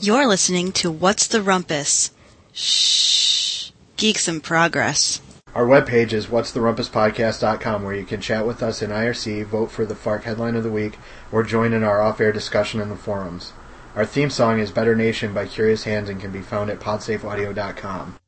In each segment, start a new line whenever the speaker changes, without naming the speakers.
You're listening to What's the Rumpus? Shh. Geeks in Progress.
Our webpage is what's the rumpuspodcast.com where you can chat with us in IRC, vote for the FARC headline of the week, or join in our off air discussion in the forums. Our theme song is Better Nation by Curious Hands and can be found at podsafeaudio.com.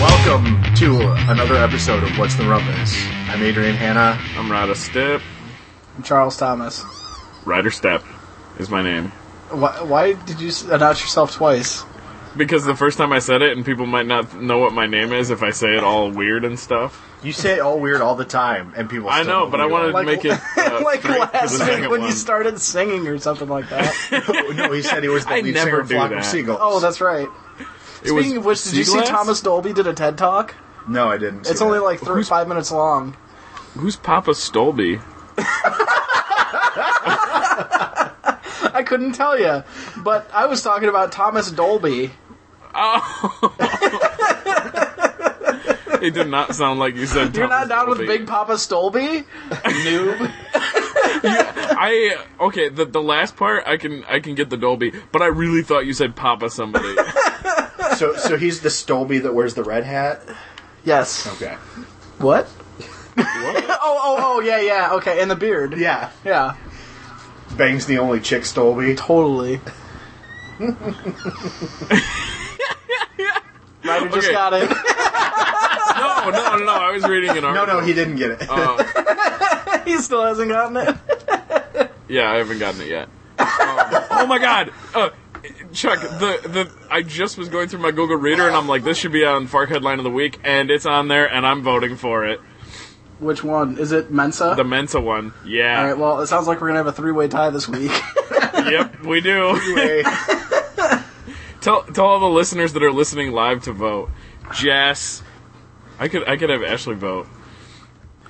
Welcome to another episode of What's the Rumpus. I'm Adrian Hanna.
I'm Ryder Step.
Charles Thomas.
Ryder Step is my name.
Why, why did you s- announce yourself twice?
Because the first time I said it, and people might not know what my name is if I say it all weird and stuff.
You say it all weird all the time, and people.
I
still
know, but I
who you
wanted
are.
to make it uh,
like
straight for the
last week
second
when
one.
you started singing or something like that.
no, he said he was the
I
lead
never
singer of
do
Flock of
that.
Seagulls.
oh, that's right.
It was
Speaking of which, did you see
Seaglass?
Thomas Dolby did a TED Talk?
no, I didn't. see
It's only
that.
like three, five minutes long.
Who's Papa Stolby?
I couldn't tell you, but I was talking about Thomas Dolby.
It did not sound like you said.
You're
Thomas
not down with
Dolby.
Big Papa Stolby, noob.
I okay. The the last part, I can I can get the Dolby, but I really thought you said Papa somebody.
so. So he's the Stolby that wears the red hat.
Yes.
Okay.
What? oh, oh, oh, yeah, yeah. Okay, and the beard.
Yeah,
Yeah.
Bang's the only chick Stolby.
Totally. Ryder just
Okay.
got it.
no, no, no. I was reading an
No,
article.
no, he didn't get it.
Oh.
he still hasn't gotten it.
Yeah, I haven't gotten it yet. Um, oh my god! Uh, Chuck, the the I just was going through my Google Reader and I'm like, this should be on Fark headline of the week, and it's on there, and I'm voting for it.
Which one? Is it Mensa?
The Mensa one,
All
yeah.
right, well, it sounds like we're going to have a three way tie this week.
Yep, we do.
Anyway,
tell tell all the listeners that are listening live to vote. Jess, I could I could have Ashley vote.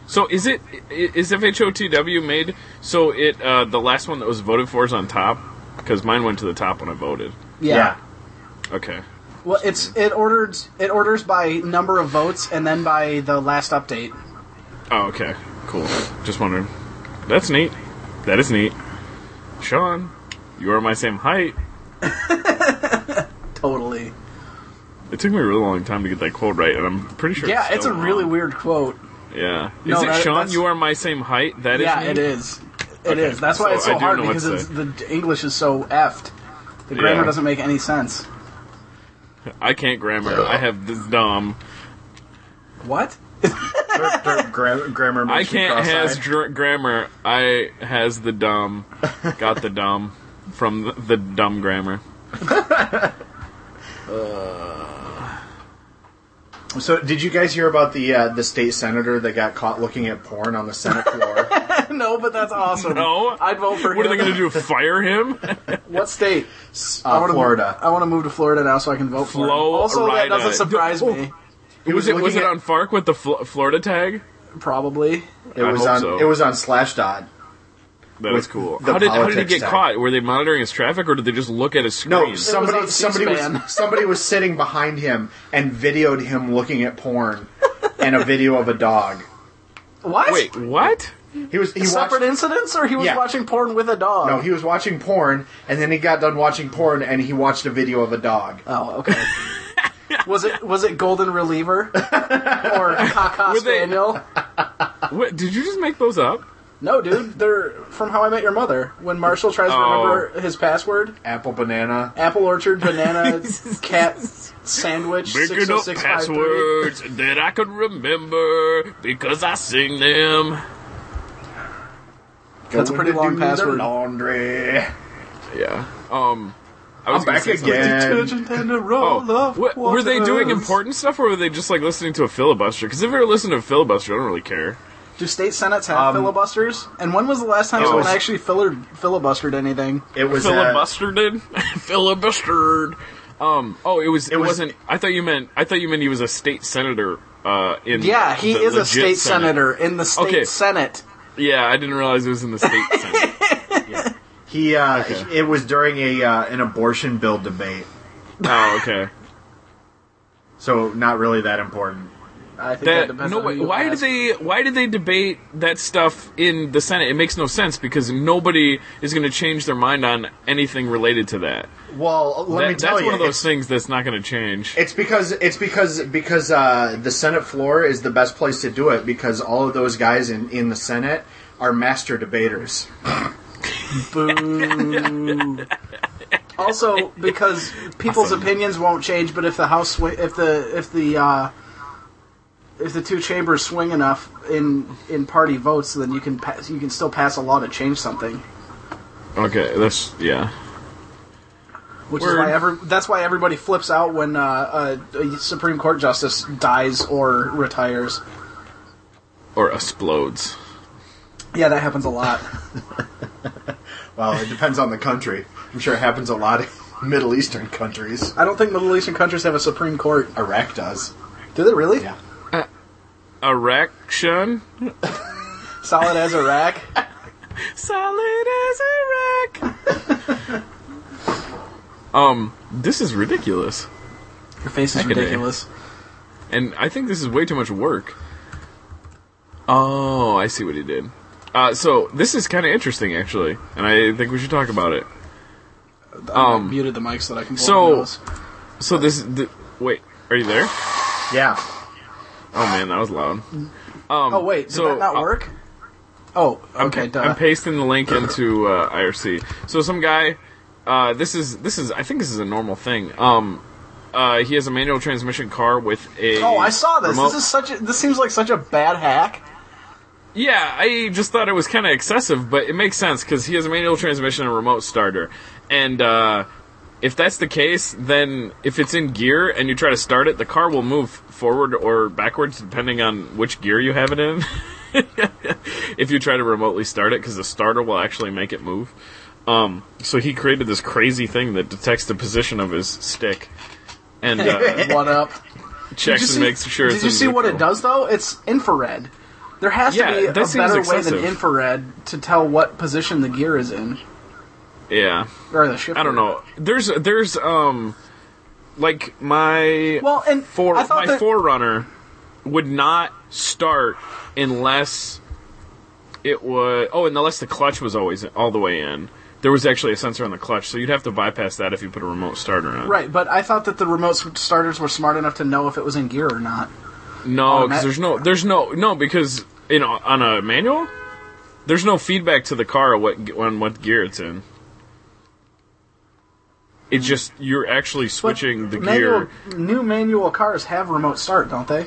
So is it i- is FHOTW made so it uh, the last one that was voted for is on top because mine went to the top when I voted.
yeah.
Okay.
Well, it's it orders it orders by number of votes and then by the last update.
Oh, okay. Cool. Just wondering. That's neat. That is neat. Sean, you are my same height.
Totally.
It took me a really long time to get that quote right, and I'm pretty sure.
Yeah,
it's,
it's a
still
really
wrong.
weird quote.
Yeah. Is
No,
it
that-
Sean?
that's-
You are my same height. That is.
yeah,
me?
it is. It is.
Okay,
That's why
so
it's
I
so
do
hard
know what
because
to
it's,
say.
the English is so effed. The grammar
Yeah.
doesn't make any sense.
I can't grammar. I have this dumb.
What?
Derp, derp, gra- grammar.
I
makes me
can't
cross-eyed.
has dr- grammar. I has the dumb. Got the dumb from the, the dumb grammar.
So, did you guys hear about the uh, the state senator that got caught looking at porn on the Senate floor?
no, but that's awesome.
No,
I'd vote for
What are
him.
they going to do? Fire him?
What state?
Uh,
wanna-
Florida.
I want to move to Florida now so I can vote for him.
Flo-
Also, that
Rida.
doesn't surprise me.
He
was it
looking
was it
at-
on Fark with the Fl- Florida tag?
Probably.
It
I
was
hope
on.
so.
It was on Slashdot.
That is cool.
the
How did, how did he
politics
get
tag.
caught? Were they monitoring his traffic, or did they just look at his screen?
No, somebody
on
somebody
C-SPAN.
was, somebody was sitting behind him and videoed him looking at porn and a video of a dog.
What?
Wait, what?
He was he
Separate
watched,
incidents, or he was
Yeah.
watching porn with a dog?
no, he was watching porn and then he got done watching porn and he watched a video of a dog.
oh, okay. was it was it Golden Reliever or Cock
Were they-
Spaniel?
What? Did you just make those up?
No, dude, they're from How I Met Your Mother. When Marshall tries to
Oh.
remember his password,
Apple banana.
apple orchard banana cat sandwich six
Making
oh
up
six five three.
passwords that I could remember because I sing them.
That's a pretty
Going to
long
do the
password.
Laundry.
Yeah. Um, I
I'm
was gonna
back
say something.
again.
Detergent and a roll
Oh,
of
wh- were they doing
quarters.
important stuff, or were they just like listening to a filibuster? Because if you ever listen to a filibuster, I don't really care.
Do state senates have
Um,
filibusters? And when was the last time
it
someone
was-
actually filler, filibustered anything?
It was uh,
Filibustered, filibustered. Um, oh, it was. It,
was-
was, not I thought you meant. I thought you meant he was a state senator. Uh, in
Yeah, he
the
is a
legit
state
Senate.
senator in the state
Okay.
senate.
Yeah, I didn't realize it was in the state senate.
He, uh, he- it was during a uh, an abortion bill debate.
oh, okay.
So not really that important.
I think that,
That,
depends
no,
on who
wait,
you
why did
ask.
they why did they debate that stuff in the Senate? It makes no sense because nobody is going to change their mind on anything related to that.
Well, let
That-
me tell
that's
you,
one of those
it's-
things that's not going to change.
It's because it's because because uh, the Senate floor is the best place to do it because all of those guys in, in the Senate are master debaters.
Boo. also, because people's opinions won't change, but if the house, swi- if the if the uh, if the two chambers swing enough in in party votes, then you can pass, you can still pass a law to change something.
Okay, that's yeah.
Which
Word.
is why ever that's why everybody flips out when uh, a, a Supreme Court justice dies or retires.
Or explodes.
Yeah, that happens a lot.
Well, it depends on the country. I'm sure it happens a lot in Middle Eastern countries.
I don't think Middle Eastern countries have a Supreme Court.
Iraq does.
Do they really?
Yeah.
Erection.
Solid as a rack.
Solid as a rock. um, this is ridiculous,
Your face is
Heck, it is.
ridiculous.
and I think this is way too much work. Oh, I see what he did. Uh, so this is kind of interesting, actually, and I think we should talk about it.
Um, muted the mic so that I can. blow
so-
my nose.
So this, th- wait, are you there?
Yeah.
Oh man, that was loud.
Oh wait, did
so,
that not
uh,
work? Oh, okay,
I'm,
duh.
I'm pasting the link into uh, IRC. So some guy, uh, this is this is I think this is a normal thing. Um, uh, he has a manual transmission car with a.
oh, I saw this.
remote-
This is such. A, this seems like such a bad hack.
Yeah, I just thought it was kind of excessive, but it makes sense because he has a manual transmission and a remote starter. And uh, if that's the case, then if it's in gear and you try to start it, the car will move forward or backwards depending on which gear you have it in. if you try to remotely start it, because the starter will actually make it move. Um, so he created this crazy thing that detects the position of his stick and uh,
what up?
checks and makes sure.
Did
it's
you
in
see what it
neutral.
does though? It's infrared. There has
Yeah,
to be a
that seems
better way
excessive.
than infrared to tell what position the gear is in
Yeah.
or the shifter.
I don't know. There's there's um like my
Well, and
for
I thought
my
that,
forerunner would not start unless it was oh unless the clutch was always all the way in. There was actually a sensor on the clutch, so you'd have to bypass that if you put a remote starter on.
right, but I thought that the remote s- starters were smart enough to know if it was in gear or not.
No,
Automat-
because there's no there's no no because you know on a manual there's no feedback to the car what on what gear it's in. It's just you're actually
Mm. But
switching the gear.
manual, New manual cars have remote start, don't they?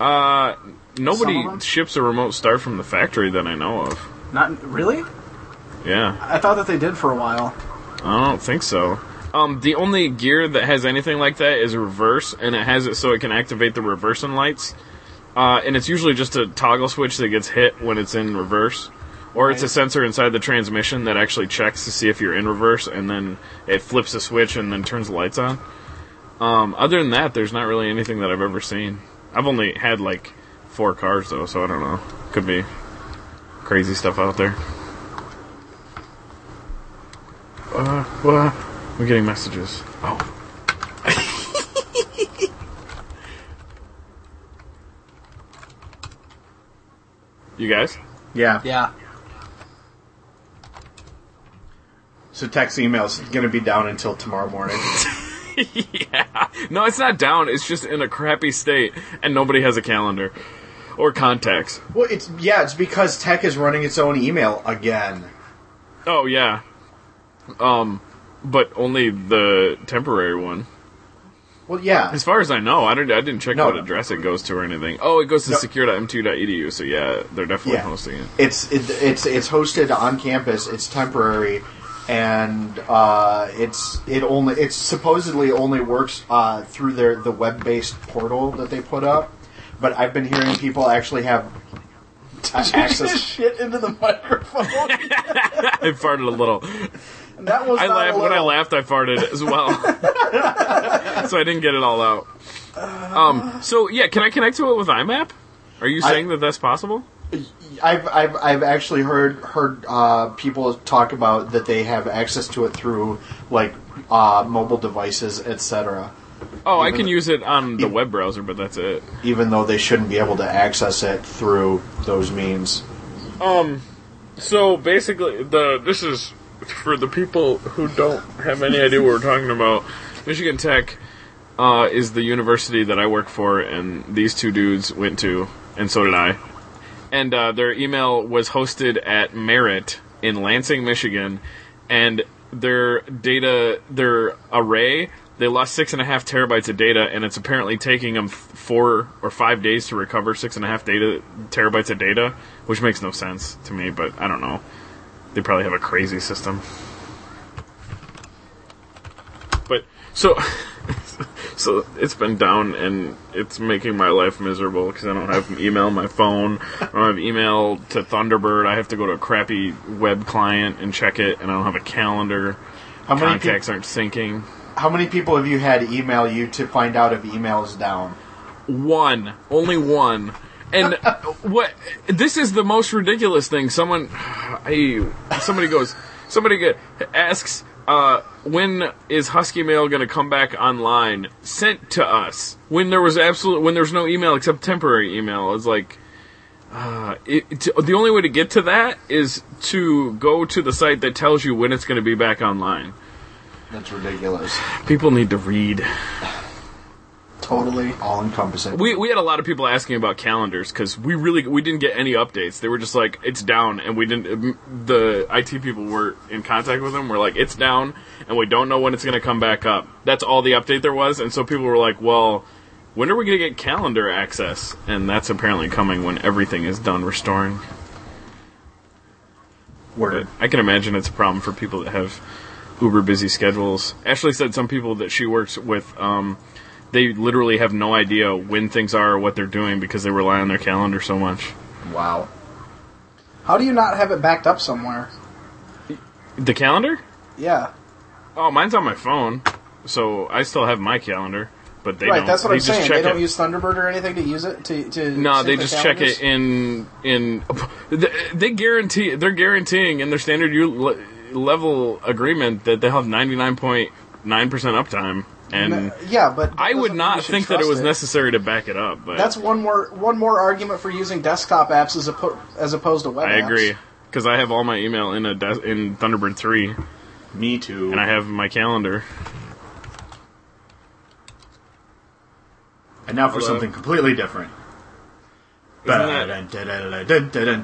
Uh,
Some of 'em?
nobody ships a remote start from the factory that I know of.
Not really.
Yeah,
I thought that they did for a while.
I don't think so. Um, the only gear that has anything like that is reverse, and it has it so it can activate the reversing lights. Uh, and it's usually just a toggle switch that gets hit when it's in reverse, or it's a
Right.
sensor inside the transmission that actually checks to see if you're in reverse, and then it flips a switch and then turns the lights on. Um, other than that, there's not really anything that I've ever seen. I've only had like four cars though, so I don't know. Could be crazy stuff out there. Uh, what? We're getting messages. Oh. you guys?
Yeah.
Yeah.
So text email's going to be down until tomorrow morning.
yeah. No, it's not down. It's just in a crappy state, and nobody has a calendar or contacts.
well, it's yeah, it's because tech is running its own email again.
Oh yeah. Um, but only the temporary one.
Well, yeah.
As far as I know, I didn't. I didn't check
No.
what address it goes to or anything. Oh, it goes to
No.
secure.m2.edu. e So yeah, they're definitely
Yeah.
hosting it.
It's it, it's it's hosted on campus. It's temporary, and uh, it's it only it's supposedly only works uh, through their the web based portal that they put up. But I've been hearing people actually have uh, access.
shit into the microphone.
I farted a little.
that was
I
not
laughed
a
when I
little-
laughed. I farted as well, so I didn't get it all out. Um. So yeah, can I connect to it with IMAP? Are you
I-
saying that that's possible?
I've I've I've actually heard heard uh, people talk about that they have access to it through like uh, mobile devices, etc.
Oh, I
Even-
can use it on the web browser, but that's it.
even though they shouldn't be able to access it through those means.
So basically, the this is for the people who don't have any idea what we're talking about. Michigan Tech uh, is the university that I work for, and these two dudes went to, and so did I. And uh, their email was hosted at Merit in Lansing, Michigan, and their data, their array, they lost six and a half terabytes of data, and it's apparently taking them four or five days to recover six and a half data terabytes of data, which makes no sense to me. But I don't know. They probably have a crazy system. But so. So it's been down, and it's making my life miserable because I don't have email on my phone. I don't have email to Thunderbird. I have to go to a crappy web client and check it, and I don't have a calendar.
How many, peop
Contacts aren't syncing.
how many people have you had email you to find out if email is down?
One, only one. And what? This is the most ridiculous thing. Someone, I, somebody goes, somebody get, asks, uh, when is Husky Mail going to come back online? Sent to us when there was absolute when there's no email except temporary email. It's like. Uh, it, it's- the only way to get to that is to go to the site that tells you when it's going to be back online.
That's ridiculous.
People need to read.
Totally all encompassing.
we, we had a lot of people asking about calendars because we really we didn't get any updates. They were just like it's down, and we didn't. um, The IT people were in contact with them. We're like it's down, and we don't know when it's going to come back up. That's all the update there was, and so people were like, well, when are we going to get calendar access? And that's apparently coming when everything is done restoring. But
Word.
I can imagine it's a problem for people that have uber busy schedules. Ashley said some people that she works with, um, they literally have no idea when things are or what they're doing because they rely on their calendar so much.
Wow.
How do you not have it backed up somewhere?
The calendar?
Yeah.
Oh, mine's on my phone, so I still have my calendar, but they
right,
don't.
that's what
They
I'm
just
saying.
check
They don't
it.
use Thunderbird or anything to use it to. to
No,
sync
they
their
just check
calendars?
it in in. th- They guarantee they're guaranteeing in their standard u- le- level agreement that they'll have ninety nine point nine percent uptime, and
No, yeah, but that
I would
doesn't mean you
not
should
think that it
trust
was necessary to back it up, but
That's one more one more argument for using desktop apps as oppo- as opposed to web.
I
apps.
agree because I have all my email in a des- in Thunderbird three,
Me too.
and I have my calendar.
And now for
Hello?
something completely different.
Isn't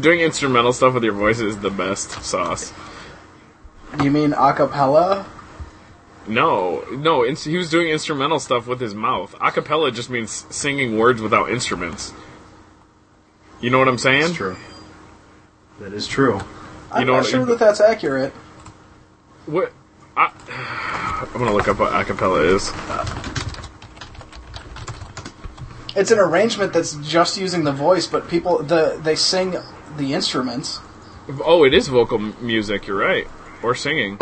Doing instrumental stuff with your voice is the best sauce.
You mean acapella?
No, no, ins- he was doing instrumental stuff with his mouth. Acapella just means singing words without instruments. You know what I'm saying?
That's true. That is true.
I'm
know
not
what-
sure that that's accurate.
What? I, I'm gonna look up what acapella is.
It's an arrangement that's just using the voice, but people the they sing the instruments.
Oh, it is vocal m- music. You're right, or singing.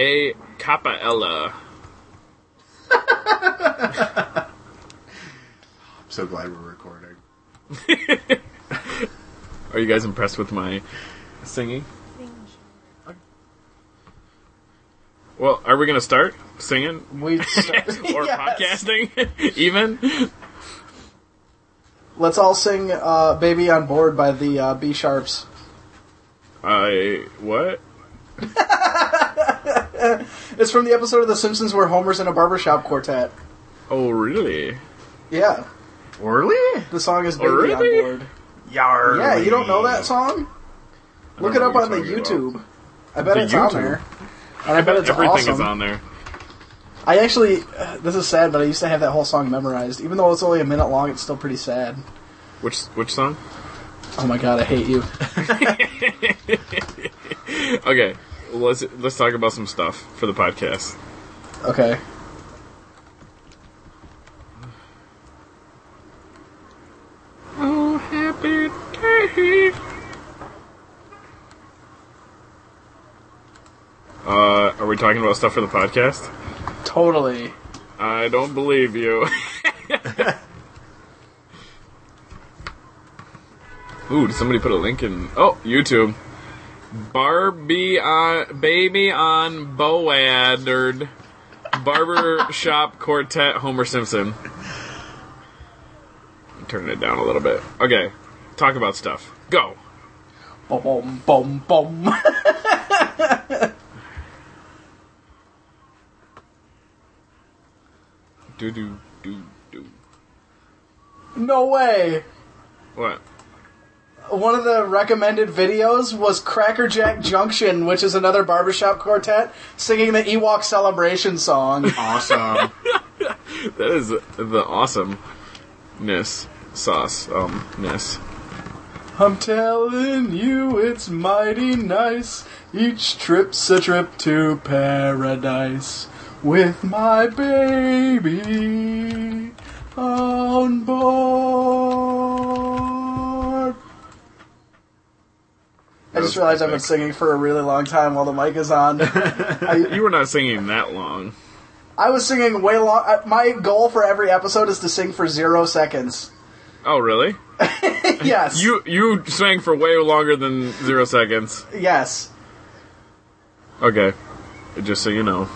A cappella.
I'm so glad we're recording.
Are you guys impressed with my singing? Well, are we gonna start singing
We start,
or
Yes.
podcasting? Even
Let's all sing uh, "Baby on Board" by the uh, B Sharps.
I what?
It's from the episode of The Simpsons where Homer's in a barbershop quartet.
Oh really?
Yeah,
Orly?
the song is "Baby
Really?
on Board."
Yarly.
Yeah, you don't know that song?
I
Look it
don't know
up
what
on the
you're
YouTube.
talking
I bet
The
it's
YouTube?
on there. And I, bet, it's
Everything
awesome.
is on there.
I actually, this is sad, but I used to have that whole song memorized. Even though it's only a minute long, it's still pretty sad.
Which which song?
Oh my god, I hate you.
Okay, let's let's talk about some stuff for the podcast.
Okay.
Oh, happy day. Uh, are we talking about stuff for the podcast?
Totally.
I don't believe you. Ooh, did somebody put a link in? Oh, YouTube. Barbie on baby on Boadard. Barber shop quartet Homer Simpson. I'm turning it down a little bit. Okay, talk about stuff. Go.
Boom, boom, boom, boom.
Do do do do.
no way.
What?
One of the recommended videos was Crackerjack Junction, which is another barbershop quartet singing the Ewok celebration song.
Awesome.
That is the awesomeness sauce um ness.
I'm telling you, it's mighty nice. Each trip's a trip to paradise with my baby on board. I just realized I've been singing for a really long time while the mic is on.
You were not singing that long.
I was singing way long. I- My goal for every episode is to sing for zero seconds.
Oh really?
Yes.
You you sang for way longer than zero seconds.
Yes.
Okay. Just so you know.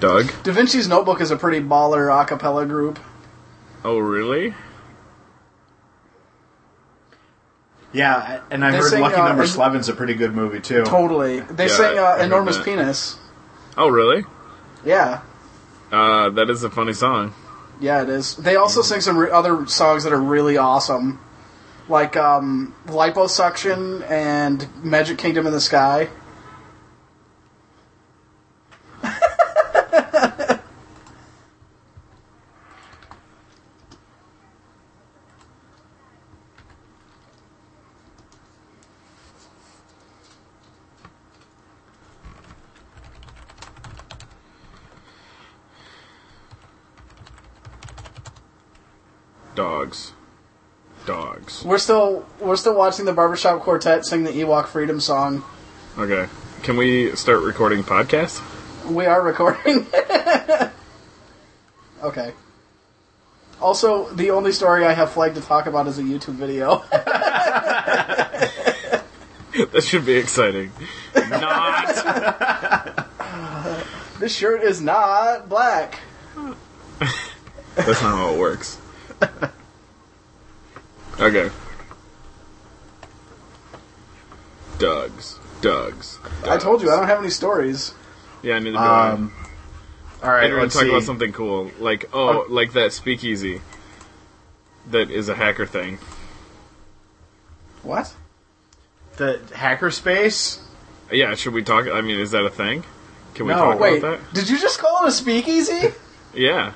Doug?
Da Vinci's Notebook is a pretty baller a cappella group.
Oh, really?
yeah, and I
They
heard
sing,
Lucky
uh,
Number
is-
Eleven's a pretty good movie too.
Totally. They
Yeah,
sing
I- I
uh,
heard
Enormous
that.
Penis.
Oh, really?
Yeah.
Uh, that is a funny song.
Yeah, it is. They also sing some re- other songs that are really awesome. Like um, Liposuction and Magic Kingdom in the Sky.
Dogs. Dogs.
We're still we're still watching the barbershop quartet sing the Ewok Freedom song.
Okay. Can we start recording podcast?
We are recording. okay. Also, the only story I have flagged to talk about is a YouTube video.
that should be exciting. Not.
this shirt is not black.
That's not how it works. Okay. Dogs. Dogs.
I told you I don't have any stories.
Yeah, neither do I.
Um, all
I
right,
didn't
let's
talk
see.
about something cool, like oh, like that speakeasy that is a hacker thing.
What?
The hackerspace.
Yeah, should we talk? I mean, is that a thing? Can we
No.
talk
Wait,
about
did you just call it a speakeasy?
that? Yeah,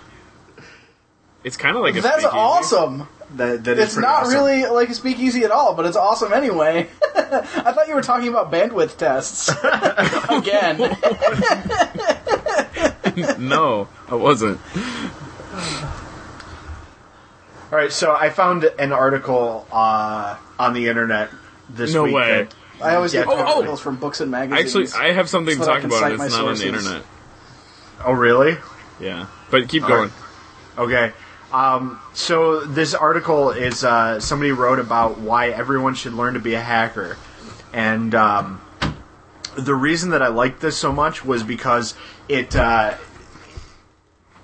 it's kind of like a
That's
speakeasy.
awesome.
That, that is
It's
pretty
not
awesome.
really like a speakeasy at all, but it's awesome anyway. I thought you were talking about bandwidth tests again.
No, I wasn't.
All right, so I found an article uh, on the internet this
No
week.
way.
that-
I always get
Yeah, oh,
oh.
articles from books and
Actually,
magazines.
I have something to
So that I
talk
can
about.
cite
and
my
It's not on the
sources.
internet.
oh, really?
Yeah, but keep
All
going.
Okay. Um, so this article is uh, somebody wrote about why everyone should learn to be a hacker, and um, the reason that I liked this so much was because it uh,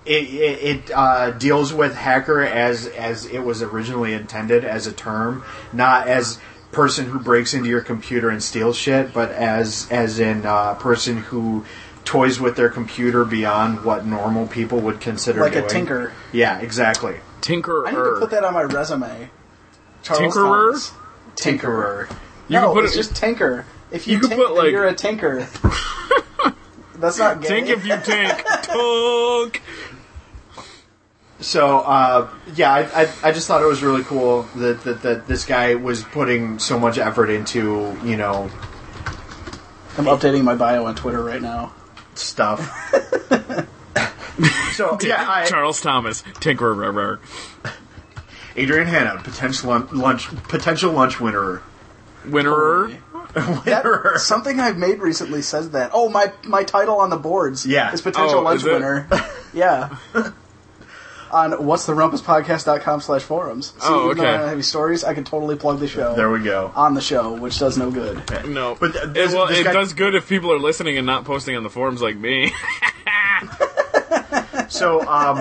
it it, it uh, deals with hacker as as it was originally intended as a term, not as person who breaks into your computer and steals shit, but as as in uh, person who toys with their computer beyond what normal people would consider
Like a
doing.
tinker.
Yeah, exactly.
Tinkerer.
I need to put that on my resume. Charles
Tinkerer?
Thomas.
Tinkerer.
You
no,
can put
it's
it-
just tinker. If you,
you can
tinker,
put, like-
you're a tinker. That's not gay.
Tink if you tank. Tonk.
So uh, yeah, I, I, I just thought it was really cool that, that that this guy was putting so much effort into you know
I'm updating my bio on Twitter right now.
stuff. so yeah, I,
Charles Thomas. Tinkerer.
Adrian Hanna, potential lun- lunch, potential lunch winner.
Winnerer.
Winner.
Something I've made recently says that. Oh, my my title on the boards.
Yeah.
Is potential
Oh,
lunch
is it?
winner. yeah. on what's the rumpuspodcast.com slash forums. So
Oh,
even though I
okay.
don't have any stories, I can totally plug the show
There we go.
on the show, which does no good.
No,
But th- this-
it, well,
this
it
guy-
does good if people are listening and not posting on the forums like me.
So, um,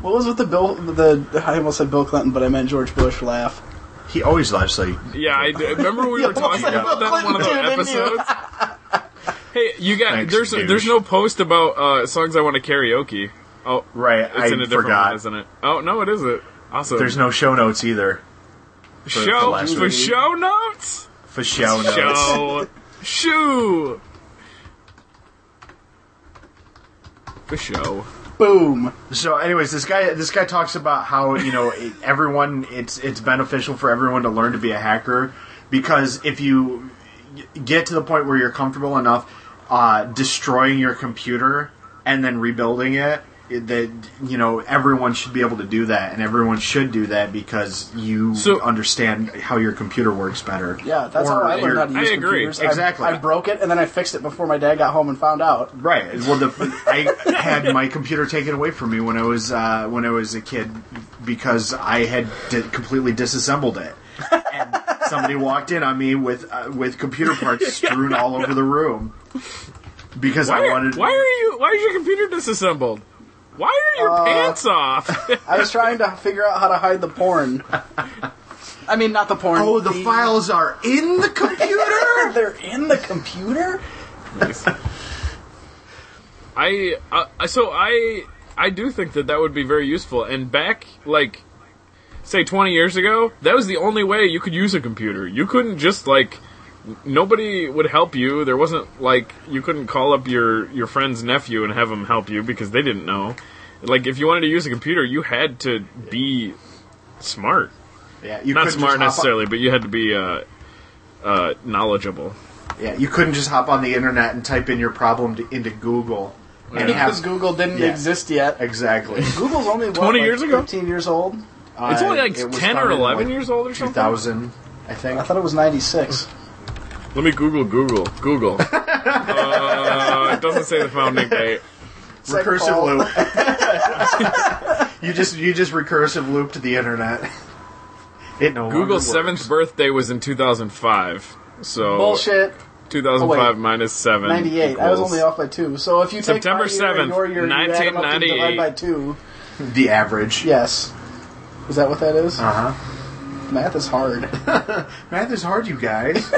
What was with the Bill? The I almost said Bill Clinton, but I meant George Bush. Laugh.
he always laughs like
yeah, I do. remember we were talking
like
about that in one of the
Bill Clinton, didn't you?
episodes. hey, you got
Thanks,
there's
douche.
there's no post about uh, songs I want to karaoke. Oh,
right.
it's
I
in a different
forgot.
one, isn't it? Oh no, it isn't. Awesome.
There's no show notes either for
show
last
for,
week.
show notes.
for show notes.
Show shoe for show.
Boom.
So, anyways, this guy this guy talks about how you know it- everyone it's it's beneficial for everyone to learn to be a hacker because if you g- get to the point where you're comfortable enough uh, destroying your computer and then rebuilding it, it- that you know everyone should be able to do that and everyone should do that because you
So-
understand how your computer works better.
Yeah, that's
Or
how I learned
your-
how to use
I agree.
computers. I-
Exactly.
I, broke it and then I fixed it before my dad got home and found out.
Right. Well, the, I had my computer taken away from me when I was uh, when I was a kid because I had di- completely disassembled it. And somebody walked in on me with uh, with computer parts strewn all over the room because
Why
I
are,
wanted.
why are you? Why is your computer disassembled? Why are your pants off?
I was trying to figure out how to hide the porn. I mean, not the porn.
Oh, the files are in the computer.
They're in the computer.
I uh, so I I do think that that would be very useful. And back like say 20 years ago, that was the only way you could use a computer. You couldn't just like nobody would help you. There wasn't like you couldn't call up your your friend's nephew and have him help you because they didn't know. Like if you wanted to use a computer, you had to be smart.
yeah, you couldn't
Not
just
smart
hop on-
necessarily, but you had to be uh, uh, knowledgeable.
yeah, you couldn't just hop on the internet and type in your problem to, into Google and
Because
have
Google didn't
Yeah.
exist yet.
exactly.
Google's only what,
20
like
years ago?
15 years old.
Uh,
It's only like
it was
10 or
founded in,
11
like,
years old or something.
2000, I think.
I thought it was 96.
Let me Google Google Google. uh, it doesn't say the founding date.
Second Paul.
loop. you just you just recursive loop to the internet. It no longer
Google's
works.
seventh birthday was in 2005. So
Bullshit.
2005
Oh, wait.
minus seven.
98. I was
equals-
only off by two. So if you take
September
my year and
7th,
your year, you add 'em up and
1998.
divide by two.
the average.
Yes. Is that what that is?
Uh huh.
Math is hard.
Math is hard, you guys.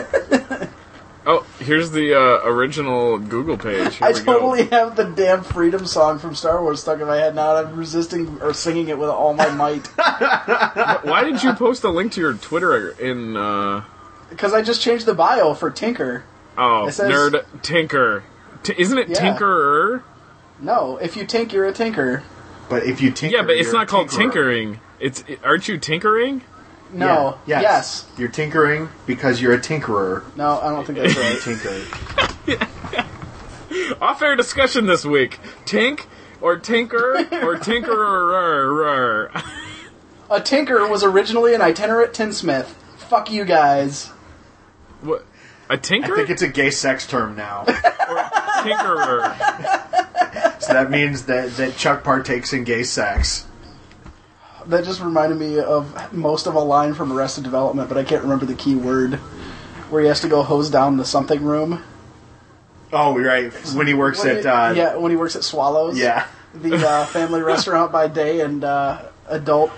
Oh, here's the uh, original Google page. Here
I
we go.
totally have the damn freedom song from Star Wars stuck in my head now, and I'm resisting or singing it with all my might
Why did you post a link to your Twitter in? Uh,
because I just changed the bio for Tinker.
oh,
It says-
nerd tinker. T- isn't it
Yeah.
tinkerer?
No, if you tink, you're a tinker.
But if you tinker,
Yeah, but it's
you're
not
a
called
tinkerer.
tinkering. It's aren't you tinkering?
No.
Yeah,
Yes.
Yes. You're tinkering because you're a tinkerer.
No, I don't think that's
You
right.
tinker.
Off-air discussion this week: tink or tinker or tinkerer.
a tinker was originally an itinerant tinsmith. Fuck you guys.
What? A
I
tinker?
think it's a gay sex term now.
or tinkerer.
so that means that that Chuck partakes in gay sex.
That just reminded me of most of a line from Arrested Development, but I can't remember the key word. Where he has to go hose down the something room.
Oh, right. When he works
When
at
he-
uh,
yeah, when he works at Swallows.
yeah,
The uh, family restaurant by day and uh, adult.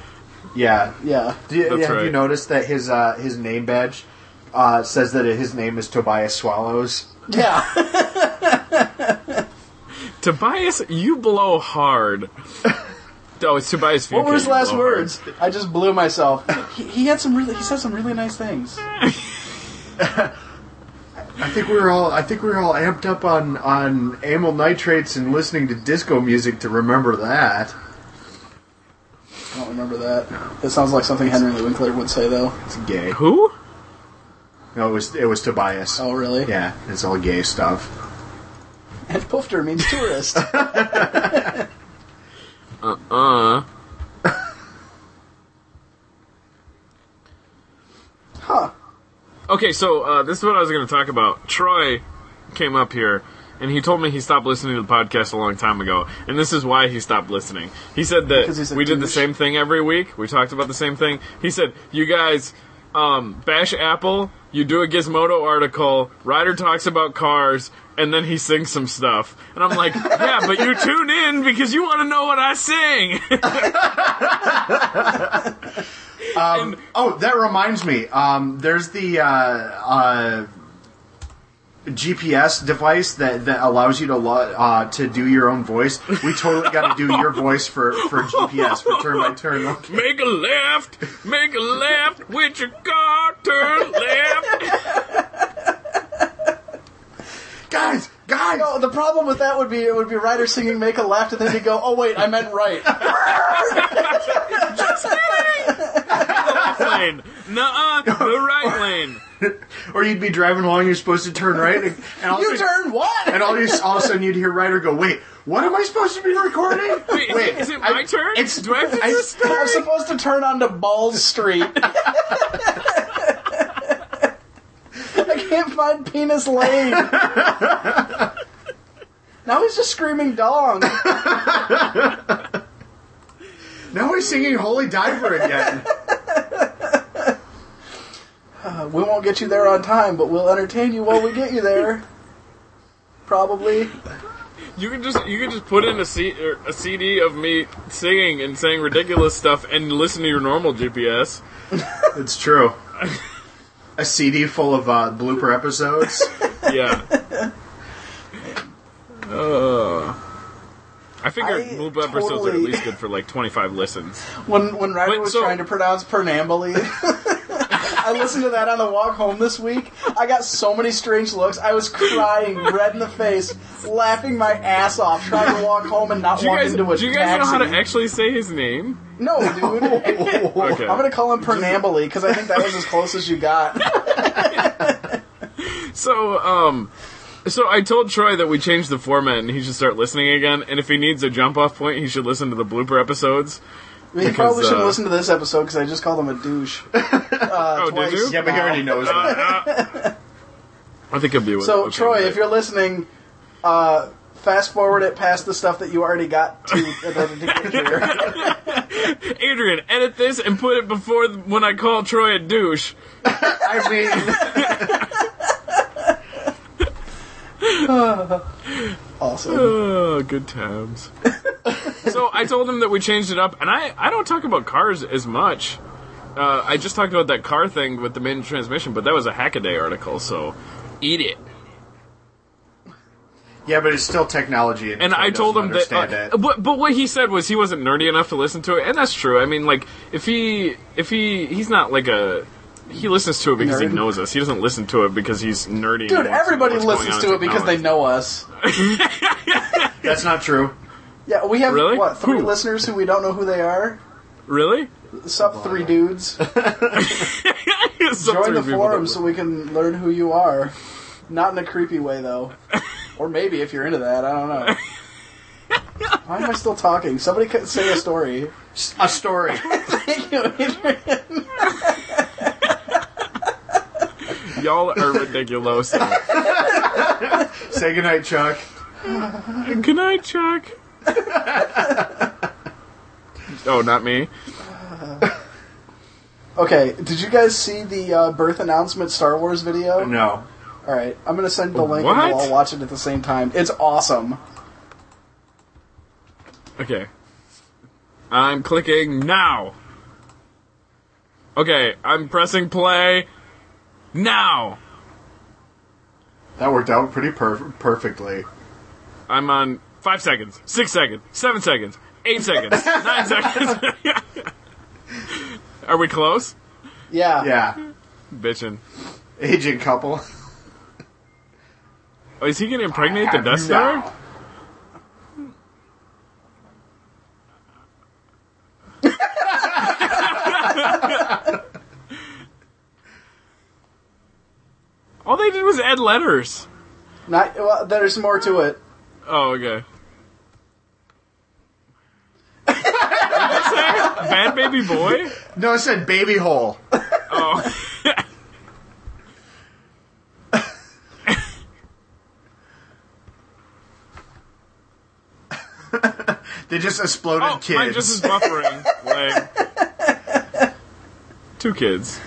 yeah.
Yeah.
Do you,
That's
have you
right.
noticed that his uh, his name badge uh, says that his name is Tobias Swallows?
Yeah.
Tobias, you blow hard. Oh, it's Tobias Fuke.
What were his
you
last
blow
words? I just blew myself. He, he had some really. He said some really nice things.
I think we were all I think we were all amped up on on amyl nitrates and listening to disco music to remember that.
I don't remember that. That sounds like something Henry Lee Winkler would say, though.
It's gay.
hard. Who?
No, it was it was Tobias.
Oh, really?
Yeah, it's all gay stuff.
And poofter means tourist.
Uh.
huh.
Okay, so uh, this is what I was going to talk about. Troy came up here and he told me he stopped listening to the podcast a long time ago, and this is why he stopped listening. He said
Because
that
he's a
we did the
douche.
same thing every week. We talked about the same thing. He said, "You guys um, bash Apple. You do a Gizmodo article. Ryder talks about cars." And then he sings some stuff, and I'm like, "Yeah, but you tune in because you want to know what I sing."
Oh, that reminds me. Um, there's the uh, uh, GPS device that, that allows you to lo- uh, to do your own voice. We totally got to do your voice for, for GPS for turn by turn.
Make a left, make a left with your car, turn left.
Guys, guys,
No, the problem with that would be it would be Ryder singing "Make a Left" and then he'd go, "Oh wait, I meant right."
lane. Nuh-uh, the right lane.
or you'd be driving along. You're supposed to turn right, and, and all
you
of a-
turn what?
And all, you, all of a sudden, you'd hear Ryder go, "Wait, what am I supposed to be recording?
Wait, is it- is it my turn?
It's
Do I have to
I-
do this?
I'm supposed to turn onto Ball Street. I can't find Penis Lane. Now he's just screaming dong.
Now he's singing "Holy Diver" again.
Uh, we won't get you there on time, but we'll entertain you while we get you there. Probably.
You can just you can just put in a, C, er, a CD of me singing and saying ridiculous stuff and listen to your normal GPS.
it's true. A CD full of uh, blooper episodes.
Yeah. Uh, I figure
I
loop episodes are at
totally-
least good for like 25 listens.
When when Ryder
Wait,
was
so-
trying to pronounce Pernamboli, I listened to that on the walk home this week. I got so many strange looks. I was crying, red in the face, laughing my ass off, trying to walk home and not
Do you
walk
guys,
into a
do you guys know how to
taxi.
actually say his name?
No, dude.
Okay.
I'm gonna call him Pernamboli because I think that was as close as you got.
So, um, so I told Troy that we changed the format and he should start listening again. And if he needs a jump off point, he should listen to the blooper episodes.
He probably shouldn't
uh,
listen to this episode because I just called him a douche.
oh,
Uh, twice.
did you?
Yeah, but he already knows that.
I think he'll be with.
So
okay,
Troy,
great.
if you're listening, uh, fast forward it past the stuff that you already got to in order to get here.
Adrian, edit this and put it before th- when I call Troy a douche.
I mean,
Awesome.
Oh, good times. so I told him that we changed it up, and I, I don't talk about cars as much. Uh, I just talked about that car thing with the main transmission, but that was a Hackaday article, so eat it.
yeah, but it's still technology, and,
and
Troy
I told
doesn't
him that.
understand
uh,
it.
but but what he said was he wasn't nerdy enough to listen to it, and that's true. I mean, like if he if he he's not like a he listens to it because
Nerd.
he knows us. He doesn't listen to it because he's nerdy. and
Dude,
wants know
everybody
what's going
listens
on
to
in
it because they
technology.
know us.
That's not true.
Yeah, we have
Really?
what three
Who?
listeners who we don't know who they are.
really.
Sup, three dudes.
Some
Join
three
the
people
forum
that-
so we can learn who you are. Not in a creepy way though, or maybe if you're into that, I don't know. Why am I still talking? Somebody could say a story.
S- A story.
Thank you, Adrian.
Y'all are ridiculous. Good
Say goodnight, Chuck.
night, Chuck. oh, not me.
Okay, did you guys see the uh, birth announcement Star Wars video?
No.
All right, I'm gonna send the link
What?
and we'll all watch it at the same time. It's awesome.
Okay. I'm clicking now. Okay, I'm pressing play now.
That worked out pretty per- perfectly.
I'm on five seconds, six seconds, seven seconds, eight seconds, nine seconds. Are we close?
Yeah.
Yeah.
Bitchin'.
Aging couple.
Oh, is he gonna impregnate the Death
No.
Star? All they did was add letters.
Not well. There's more to it.
Oh, okay. What'd you say? Bad baby boy?
No, I said baby hole.
Oh.
They just exploded
oh,
kids.
mine just is buffering. like two kids.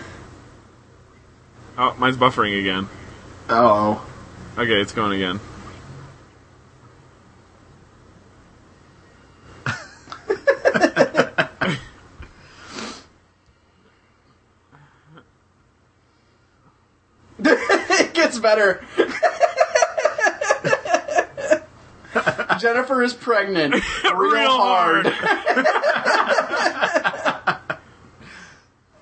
Oh, mine's buffering again.
Oh,
Okay, it's going again.
it gets better. Jennifer is pregnant, real, hard.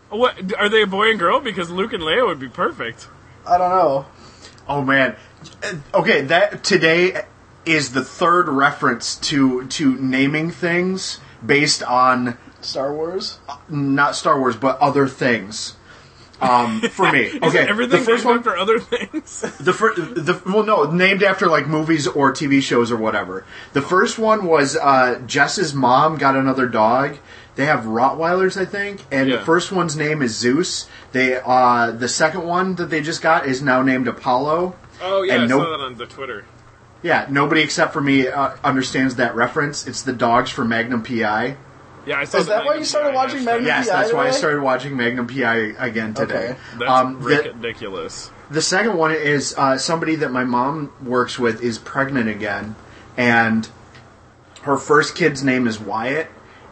what are they a boy and girl? Because Luke and Leia would be perfect.
I don't know.
Oh man. Uh, Okay, that today is the third reference to to naming things based on
Star Wars.
not Star Wars but other things. Um, for me, okay.
Everything
the first one,
named after other things.
the first, the well, no, named after like movies or TV shows or whatever. The first one was uh, Jess's mom got another dog. They have Rottweilers, I think, and
Yeah.
the first one's name is Zeus. They uh, the second one that they just got is now named Apollo.
Oh yeah,
And
I
no-
saw that on the Twitter.
Yeah, nobody except for me uh, understands that reference. It's the dogs from Magnum PI.
Yeah, I saw.
Is
the
that why
Magnum
you started
PI
watching
hashtag.
Magnum
Yes,
PI
that's why I
today?
started watching Magnum PI again today. Um,
Okay.
That's
the,
ridiculous.
the second one is uh, somebody that my mom works with is pregnant again, and her first kid's name is Wyatt,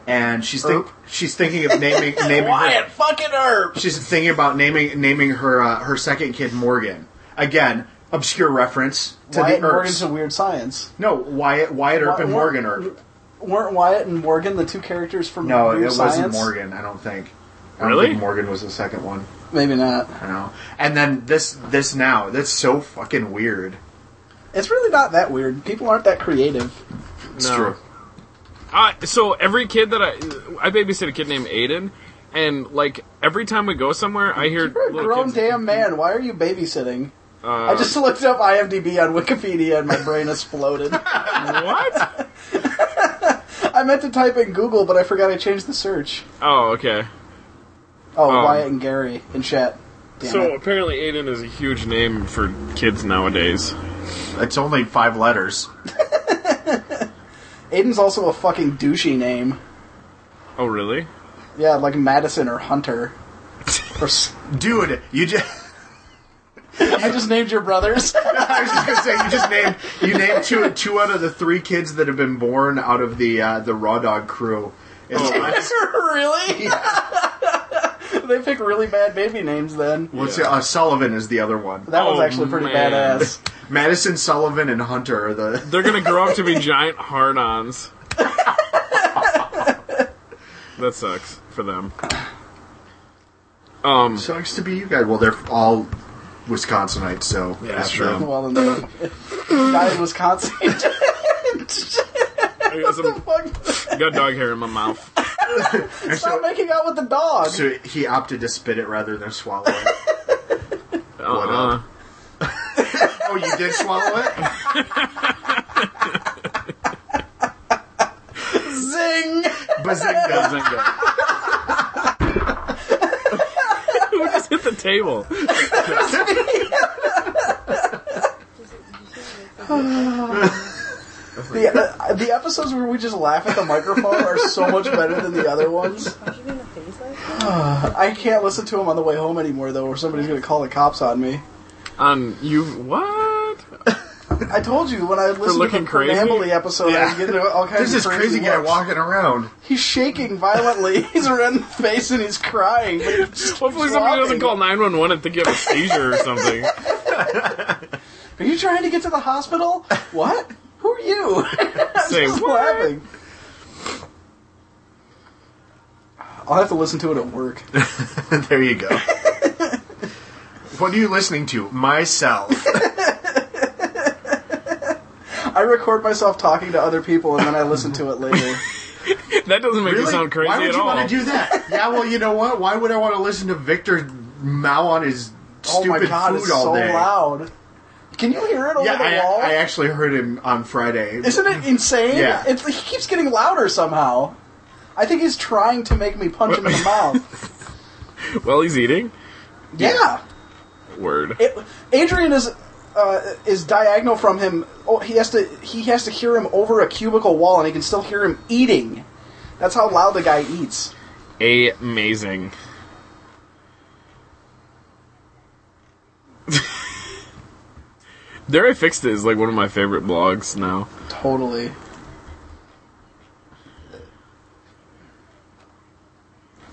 and she's think
Erp.
she's thinking of naming naming her,
Wyatt fucking Earp.
she's thinking about naming naming her uh, her second kid Morgan. Again, obscure reference to
Wyatt
the
and
Earps.
Morgan's a weird science.
no, Wyatt Wyatt Earp and
Why-
Morgan Earp.
Weren't Wyatt and Morgan the two characters from
No,
Weird
it
Science?
wasn't Morgan. I don't think. I don't
Really?
think Morgan was the second one.
Maybe not.
I don't know. And then this this now that's so fucking weird.
It's really not that weird. People aren't that creative.
It's
No.
true.
Uh, so every kid that I I babysit a kid named Aiden, and like every time we go somewhere, I hear
You're a
little
grown
kids-
damn man. Why are you babysitting?
Uh,
I just looked up IMDb on Wikipedia and my brain exploded.
what?
I meant to type in Google, but I forgot I changed the search.
Oh, okay.
Oh,
Um,
Wyatt and Gary and chat. Damn
So
it.
apparently, Aiden is a huge name for kids nowadays.
It's only five letters.
Aiden's also a fucking douchey name.
Oh, really?
Yeah, like Madison or Hunter. Or s-
Dude, you just
I just named your brothers.
I was just gonna say you just named you named two two out of the three kids that have been born out of the uh, the raw dog crew. It's us,
really? they pick really bad baby names then.
let's say, uh, Sullivan is the other one.
That was
Oh,
actually pretty
man.
badass.
Madison Sullivan and Hunter are the
They're gonna grow up to be giant hard-ons. that sucks for them. Um.
sucks to be you guys. Well, they're all Wisconsinites, so yeah,
that's true.
Well, then they died in Wisconsin.
I got, some,
Fuck.
got dog hair in my mouth.
Stop making out with the dog.
So he opted to spit it rather than swallow it.
Uh-uh.
uh? oh, you did swallow it?
Zing!
Bazinga.
Who just hit the table?
The, uh, the episodes where we just laugh at the microphone are so much better than the other ones.
Punch me in the face like that?
I can't listen to them on the way home anymore, though, or somebody's gonna call the cops on me.
On you what?
I told you when I listened to
looking
the
crazy?
Family episode, I was
Yeah.
getting all kinds
There's
of
this crazy guy
looks.
walking around.
He's shaking violently. He's red in the face and he's crying. But he just
Hopefully somebody
keeps laughing.
doesn't call nine one one and think you have a seizure or something.
Are you trying to get to the hospital? What? Who are you? I'm
Say,
just
"What?"
laughing. I'll have to listen to it at work.
there you go. what are you listening to? Myself.
I record myself talking to other people and then I listen to it later.
That doesn't make you sound crazy
Why would
at
you
all.
want to do that? Yeah, well, you know what? Why would I want to listen to Victor mow on his
oh
stupid
my god,
food
it's
all
so
day?
loud. Can you hear it over
Yeah,
the wall?
I, I actually heard him on Friday.
Isn't it insane?
Yeah.
It's, he keeps getting louder somehow. I think he's trying to make me punch him in the mouth.
Well, he's eating.
Yeah.
Word.
It, Adrian is uh, is diagonal from him. Oh, he has to he has to hear him over a cubicle wall, and he can still hear him eating. That's how loud the guy eats.
Amazing. there I fixed it is like one of my favorite blogs now.
Totally.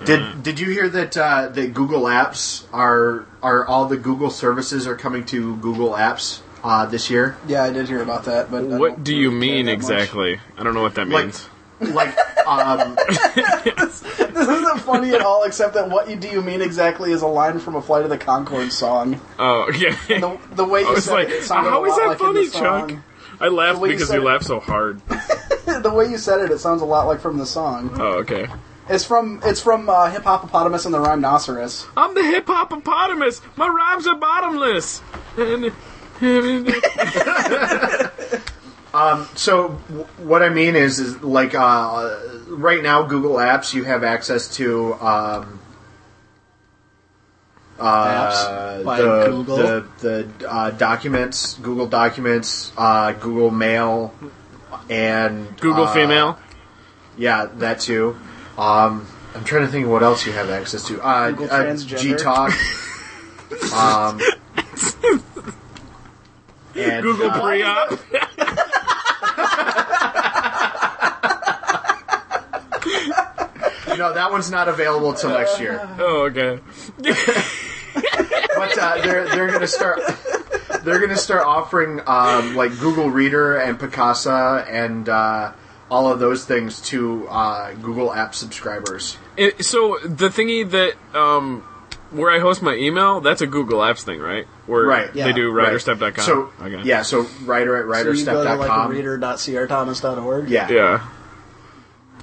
Did Did you hear that uh, that Google Apps are are all the Google services are coming to Google Apps uh, this year?
Yeah, I did hear about that, but I
What
don't
do you
really care
mean
that much.
exactly? I don't know what that
Like-
means.
Like, um,
This isn't funny at all, except that what you do you mean exactly is a line from a Flight of the Concord song.
oh, yeah.
The, the way
I
you
was
said
like,
it, it sounded
how
a
is
lot
that
like in
funny,
the song.
Chuck? I laughed
way you
because
said
you
it.
laughed so hard.
the way you said it, it sounds a lot like from the song.
Oh, okay.
It's from it's from uh, Hip Hoppopotamus and the Rhinoceros.
I'm the hip hoppopotamus. My rhymes are bottomless. And
so w- what I mean is, is like uh, right now Google Apps you have access to um, uh,
Apps by
the,
Google.
the the uh, documents, Google Documents, uh, Google Mail, and
Google
uh,
female.
Yeah, that too. Um, I'm trying to think of what else you have access to. Uh,
Google
uh,
Transgender.
Gtalk. um, and,
Google
uh,
pre op.
No, that one's not available till next year.
Oh, okay.
But uh, they're they're gonna start. They're gonna start offering um, like Google Reader and Picasa and uh, all of those things to uh, Google App subscribers.
It- so the thingy that um, where I host my email, that's a Google Apps thing, right? Where
Right.
They do
Right.
riderstep.com.
So
okay.
yeah, so writer at
So you go to
writerstep.com.
like reader.crthomas.org.
yeah.
Yeah.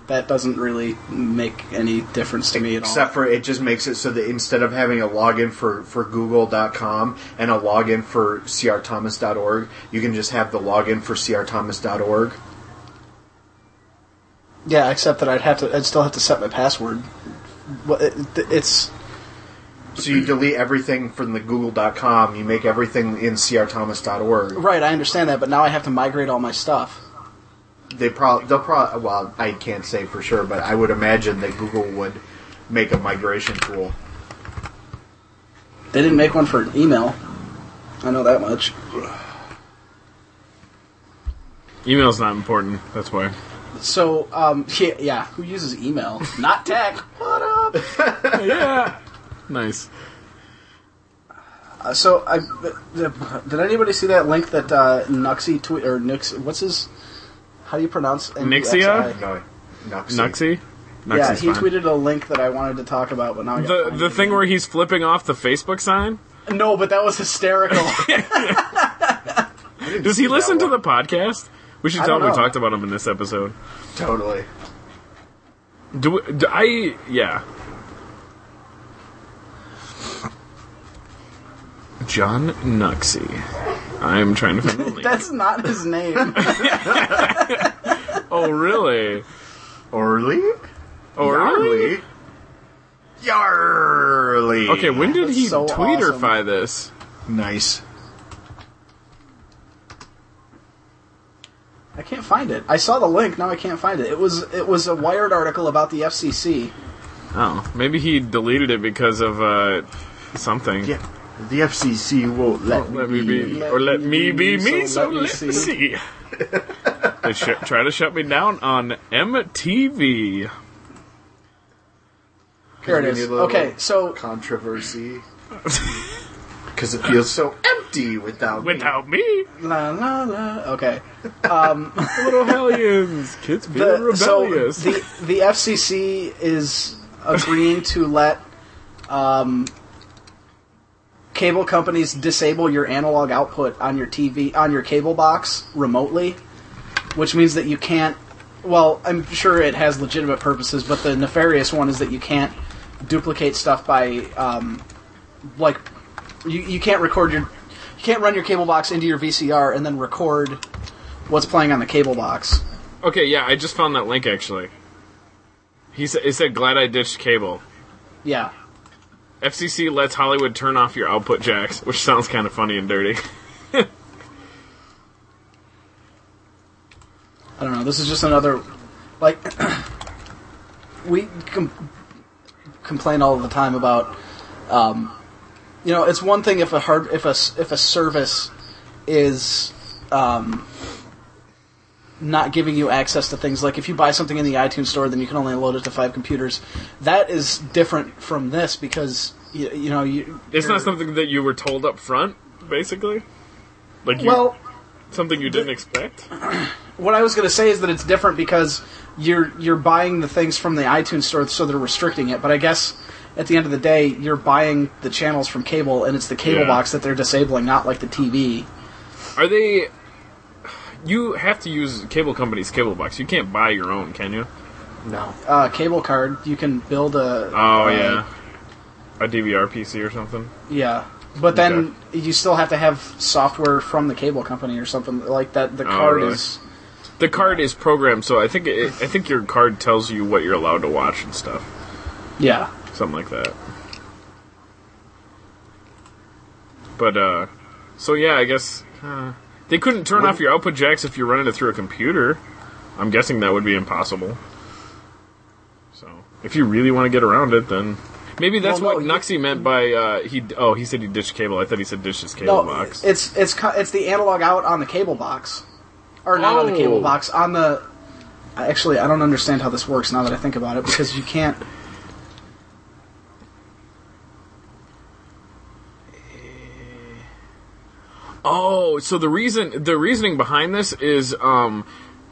that doesn't really make any difference to me at all.
Except for it just makes it so that instead of having a login for, for Google.com and a login for crthomas.org, you can just have the login for crthomas.org.
yeah, except that I'd have to, I'd still have to set my password. Well, it, it's
So you delete everything from the Google.com, you make everything in crthomas.org.
right. I understand that, but now I have to migrate all my stuff.
They probably they'll probably well, I can't say for sure, but I would imagine that Google would make a migration tool.
They didn't make one for email. I know that much.
Email's not important. That's why.
So, um, yeah, yeah. Who uses email? Not tech. what up?
yeah. Nice.
Uh, so, I, uh, did anybody see that link that uh, Nuxie tweet or Nux? What's his? How do you pronounce? NUXI?
Nixia?
No, Nuxie.
Nuxie? Nuxie's
Yeah, he
uh? fine.
tweeted a link that I wanted to talk about, but now I gotta
the
find
the
it.
thing where he's flipping off the Facebook sign.
No, but that was hysterical.
I didn't
Does
see
he
that
listen to
one.
the podcast? We should
I
tell him
don't
we
know.
talked about him in this episode.
Totally.
Do, we, do I? Yeah. John Nuxie. I'm trying to find the link.
That's not his name.
oh really?
Orly?
Oh really?
Yarly? Yarly.
Okay, when did
That's
he
so
Twitterfy
awesome.
this?
Nice.
I can't find it. I saw the link. Now I can't find it. It was it was a Wired article about the FCC.
Oh, maybe he deleted it because of uh, something.
Yeah, the FCC won't let,
Let
me,
me be, or let me be me. So, let,
me
me see. they sh- try to shut me down on MTV.
Here
We
it
need
is.
a little-
Okay, so
Controversy. Because it feels so empty without me.
Without me,
la la la. Okay,
little hellions, kids being
the, so
rebellious.
the the FCC is agreeing to let um, cable companies disable your analog output on your TV on your cable box remotely, which means that you can't. Well, I'm sure it has legitimate purposes, but the nefarious one is that you can't duplicate stuff by um, like you, you can't record your you can't run your cable box into your VCR and then record what's playing on the cable box.
okay, yeah, I just found that link actually. He said, "It said glad I ditched cable."
Yeah.
FCC lets Hollywood turn off your output jacks, which sounds kind of funny and dirty.
don't know. This is just another like we com- complain all the time about. Um, you know, it's one thing if a hard if a s- if a service is um, not giving you access to things like if you buy something in the iTunes store, then you can only load it to five computers. That is different from this because you, you know you.
It's
you're-
not something that you were told up front, basically. Like you,
Well,
something you didn't expect.
what I was going to say is that it's different because you're you're buying the things from the iTunes store, so they're restricting it. But I guess at the end of the day, you're buying the channels from cable, and it's the cable
Yeah.
box that they're disabling, not like the TV.
Are they? You have to use cable company's cable box. You can't buy your own, can you?
No.
Uh, cable card, you can build a.
Oh
uh,
yeah, a DVR PC or something.
yeah. But then you still have to have software from the cable company or something like that. The
Oh,
card
really?
is
The card is programmed, so I think it, I think your card tells you what you're allowed to watch and stuff,
yeah.
something like that. But uh, so yeah, I guess uh, they couldn't turn off your output jacks if you're running it through a computer. I'm guessing that would be impossible. So if you really want to get around it, then maybe that's
Well,
what
no, you-
Nuxie meant by uh, he. Oh, he said he ditched cable. I thought he said ditched his cable
No,
box.
it's it's co- it's the analog out on the cable box, or not on the cable
Oh.
box on the. I- Actually, I don't understand how this works now that I think about it because you can't.
Oh, so the reason the reasoning behind this is um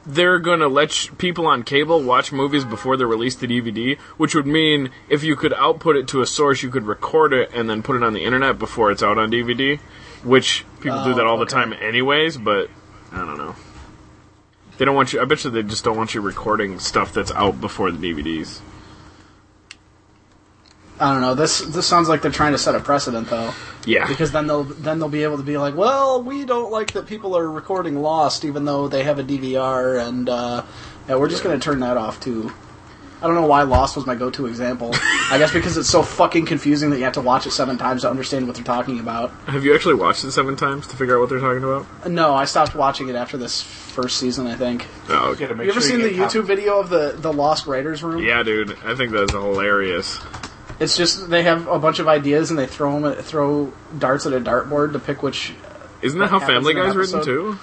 they're going to let sh- people on cable watch movies before they're released to DVD, which would mean if you could output it to a source, you could record it and then put it on the internet before it's out on DVD, which people do
Oh,
that all the
okay.
time anyways, but I don't know. They don't want you I bet you they just don't want you recording stuff that's out before the DVDs.
I don't know. This this sounds like they're trying to set a precedent though,
Yeah.
because then they'll then they'll be able to be like, well, we don't like that people are recording Lost even though they have a DVR, and uh, yeah, we're just going to turn that off too. I don't know why Lost was my go-to example. I guess because it's so fucking confusing that you have to watch it seven times to understand what they're talking about.
Have you actually watched it 7 times to figure out what they're talking about?
No, I stopped watching it after this first season. I think.
Oh,
You,
okay.
gotta make
you ever
sure
seen the
get
YouTube video of the the Lost Writers Room?
Yeah, dude. I think that's hilarious.
It's just they have a bunch of ideas and they throw 'em at, throw darts at a dartboard to pick which.
Isn't that how
happens
Family
in an
Guy's written
episode.
too?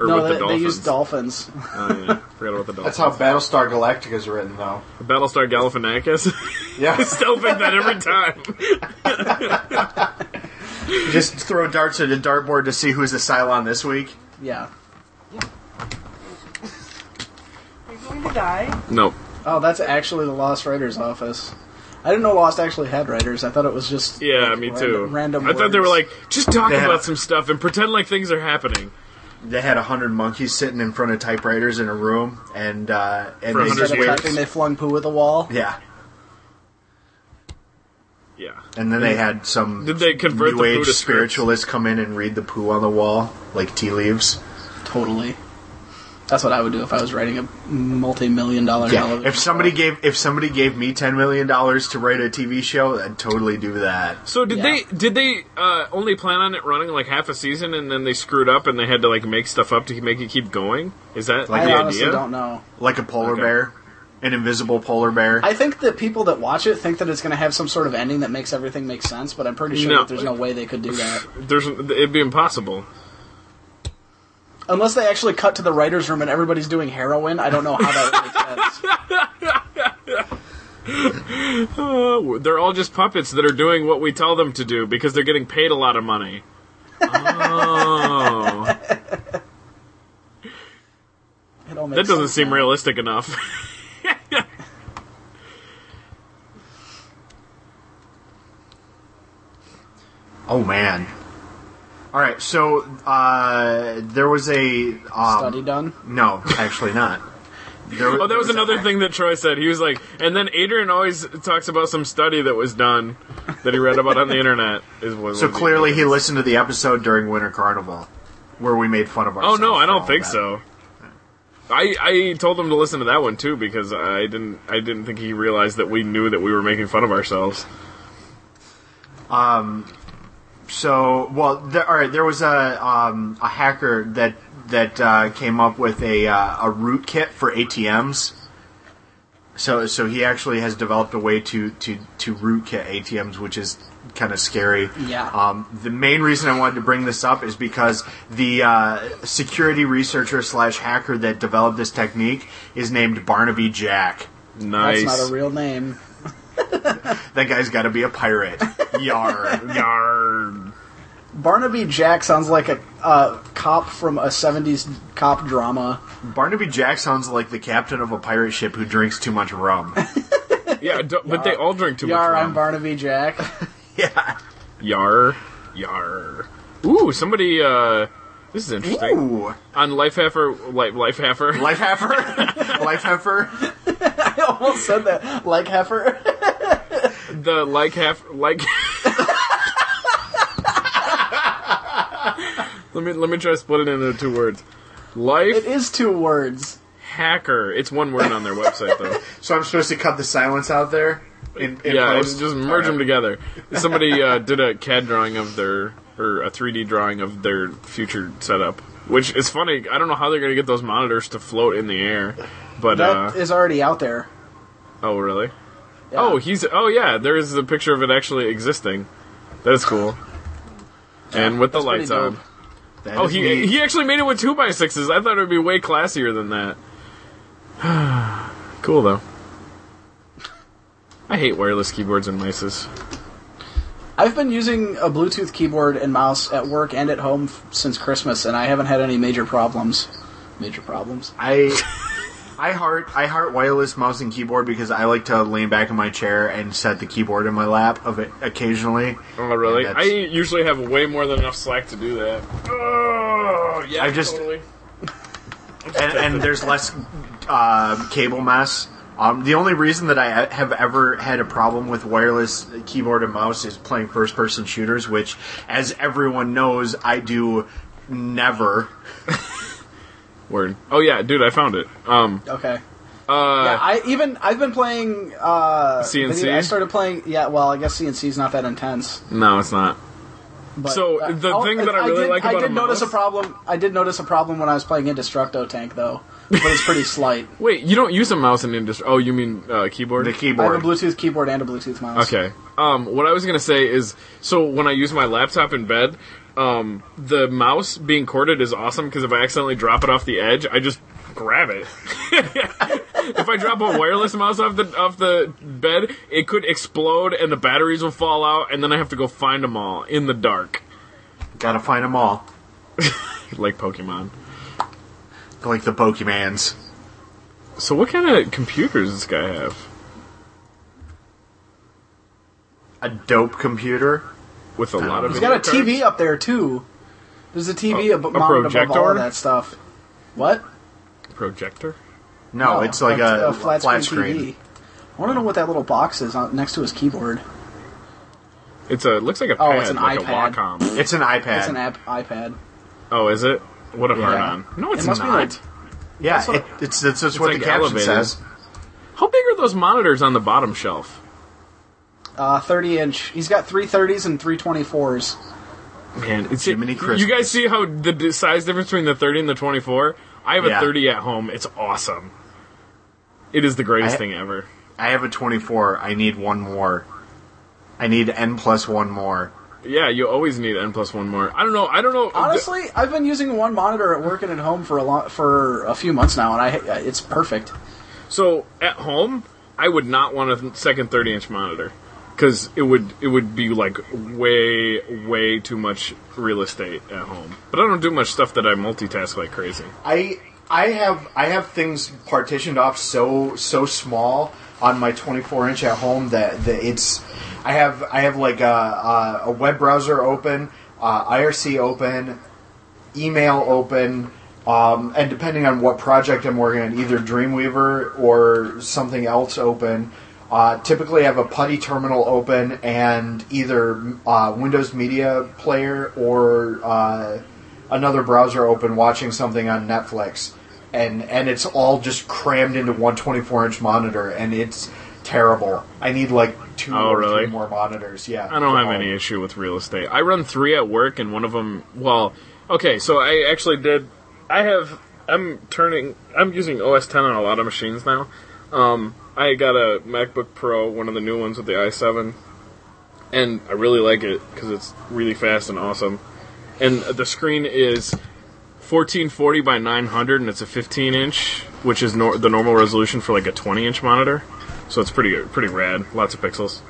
Or with
no, they,
the
they
dolphins?
use dolphins.
Oh, yeah. Forgot about the dolphins.
That's how Battlestar Galactica's written, though.
Battlestar Galifianakis. I
Yeah,
still think that every time.
just throw darts at a dartboard to see who's a Cylon this week.
yeah.
You're going to die.
Nope.
Oh, that's actually the Lost Writers office. I didn't know Lost actually had writers. I thought it was just
Yeah,
like,
me
ran-
too.
Random.
I thought they were
words.
like, just talk
They had-
about some stuff and pretend like things are happening.
They had a hundred monkeys sitting in front of typewriters in a room, and uh, and
For
they
100
just
instead of
years.
typing, they flung poo at the wall.
yeah,
Yeah.
and then they had some
Did they convert
new
the
age
Buddhist
spiritualists come in and read the poo on the wall like tea leaves.
Totally. That's what I would do if I was writing a multi-million dollar.
Yeah,
television
if somebody gave if somebody gave me ten million dollars to write a TV show, I'd totally do that.
So did
Yeah.
they did they uh, only plan on it running like half a season and then they screwed up and they had to like make stuff up to make it keep going? Is that
Like
I
the
honestly
idea?
don't know.
Like a polar
Okay.
bear, an invisible polar bear.
I think the people that watch it think that it's going to have some sort of ending that makes everything make sense, but I'm pretty sure
No.
that there's no way they could do that
There's it'd be impossible.
unless they actually cut to the writers' room and everybody's doing heroin. I don't know how that would make sense.
Oh, they're all just puppets that are doing what we tell them to do because they're getting paid a lot of money. Oh,
It all
that
makes
doesn't
sense
seem
now.
realistic enough.
oh man. All right, so uh, there was a um,
Study done.
No, actually not. There,
Oh, that was another thing that Troy said. He was like, and then Adrian always talks about some study that was done that he read about on the internet. Is what
So
was the-
clearly, he listened to the episode during Winter Carnival, where we made fun of
Oh
ourselves.
no, I
for
don't
all
think
that.
so. I I told him to listen to that one too because I didn't I didn't think he realized that we knew that we were making fun of ourselves.
So, well, there, all right. There was a um, a hacker that that uh, came up with a uh, a root kit for ATMs. So, so he actually has developed a way to to to rootkit ATMs, which is kind of scary.
Yeah.
Um, the main reason I wanted to bring this up is because the uh, security researcher slash hacker that developed this technique is named Barnaby Jack.
Nice.
That's not a real name.
That guy's got to be a pirate. Yar.
Yarn.
Barnaby Jack sounds like a, a cop from a 70s cop drama.
Barnaby Jack sounds like the captain of a pirate ship who drinks too much rum.
Yeah, d- but they all drink too
Yar,
much
I'm
rum.
Barnaby Jack.
yeah.
Yar. Yar. Ooh, somebody. uh... This is interesting.
Ooh.
On Lifehacker, Life Lifehacker,
Life heifer. Life heifer.
I almost said that. Like heifer.
the like half like. let me let me try to split it into two words.
It
Life
is two words.
hacker. It's one word on their website though.
So I'm supposed to cut the silence out there. In, in
yeah,
post?
it's just merge them together. Somebody uh, did a CAD drawing of their or a 3D drawing of their future setup, which is funny. I don't know how they're gonna get those monitors to float in the air, but
That is
uh,
already out there.
oh really? Oh, he's oh yeah. There is a picture of it actually existing. That is cool. And with the
pretty
lights
dope.
on.
That
Oh,
is
he
neat.
he actually made it with two by sixes. I thought it would be way classier than that. cool though. I hate wireless keyboards and mices.
I've been using a Bluetooth keyboard and mouse at work and at home f- since Christmas, and I haven't had any major problems. Major problems.
I I heart I heart wireless mouse and keyboard because I like to lean back in my chair and set the keyboard in my lap of it occasionally.
Oh, really?
And
I
that's-
usually have way more than enough slack to do that. Oh, yeah,
I just-
totally.
and, and there's less uh, cable mess. Um, the only reason that I have ever had a problem with wireless keyboard and mouse is playing first person shooters, which, as everyone knows, I do never.
Word. Oh yeah, dude, I found it. Um,
Okay.
uh,
Yeah, I even I've been playing uh
CNC?
video- I started playing yeah, well, I guess CNC's not that intense.
no, it's not.
But,
So,
uh,
the
oh,
thing that I really
did,
like about
I
a
did notice
mouse-
a problem. I did notice a problem when I was playing Indestructo Tank though, but it's pretty slight.
Wait, you don't use a mouse in industry? Oh, you mean uh, keyboard?
The
I have a
keyboard.
Bluetooth keyboard and a Bluetooth mouse.
Okay. Um, what I was gonna say is, so when I use my laptop in bed, um, the mouse being corded is awesome because if I accidentally drop it off the edge, I just grab it. if I drop a wireless mouse off the off the bed, it could explode and the batteries will fall out, and then I have to go find them all in the dark,
Gotta find them all.
like Pokemon.
Like the Pokemans.
So what kind of computers does this guy have?
A dope computer.
With a lot of
He's got a
video
TV up there too. There's a TV
A-
ab-
a
mounted above all
projector?
of that stuff. What?
cards? projector.
Oh,
No, Oh, it's like a, flat, screen.
TV. I want to know what that little box is on, next to his keyboard.
It's a looks like a pad,
Oh, it's an
like
iPad.
a Wacom.
It's an iPad.
It's an app, iPad.
Oh, is it? What a hard on. No, it's
It must
not.
be like
yeah,
what-
it, it's, that's that's what
like
the caption
elevated.
says.
How big are those monitors on the bottom shelf?
uh, 30 inch. He's got 330s and 324s.
Man, it's
Jiminy
You
Christmas.
guys see how the d- size difference between the 30 and the 24? I have
Yeah.
a 30 at home. It's awesome. It is the greatest
I-
thing ever.
I have a 24. I need one more. I need n plus one more.
Yeah, you always need n plus one more. I don't know. I don't know.
Honestly, I've been using one monitor at work and at home for a lot for a few months now, and I it's perfect.
So at home, I would not want a second 30 inch monitor because it would it would be like way way too much real estate at home. But I don't do much stuff that I multitask like crazy.
I I have I have things partitioned off so so small on my 24 inch at home that, that it's I have I have like a, a, a web browser open, uh, IRC open, email open. Um, and depending on what project I'm working on, either Dreamweaver or something else open. Uh, typically, I have a PuTTY terminal open and either uh, Windows Media Player or uh, another browser open, watching something on Netflix, and and it's all just crammed into one 24 inch monitor, and it's terrible. I need like two
Oh,
or three
really?
more monitors. Yeah,
I don't have
Um,
any issue with real estate. I run three at work, and one of them. Well, okay, so I actually did. I have. I'm turning. I'm using OS 10 on a lot of machines now. Um, I got a MacBook Pro, one of the new ones with the i7, and I really like it because it's really fast and awesome. And the screen is 1440 by 900, and it's a 15 inch, which is nor- the normal resolution for like a 20 inch monitor. So it's pretty pretty rad. Lots of pixels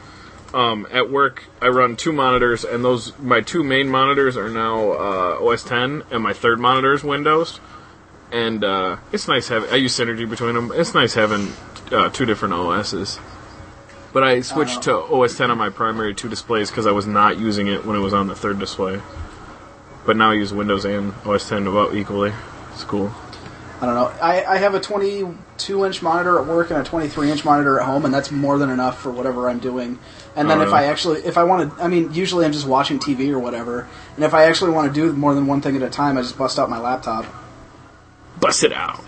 um, at work I run two monitors, and those my two main monitors are now uh, OS 10, and my third monitor is Windows. And uh, it's nice having I use synergy between them. It's nice having uh, two different OSs. But I switched to OS 10 on my primary two displays because I was not using it when it was on the third display. But now I use Windows and OS 10 about equally. It's cool.
I don't know. I, I have a 22 inch monitor at work and a 23 inch monitor at home, and that's more than enough for whatever I'm doing. And then
Oh,
if
really?
I actually, if I want to, I mean, usually I'm just watching TV or whatever. And if I actually want to do more than one thing at a time, I just bust out my laptop.
Bust it out.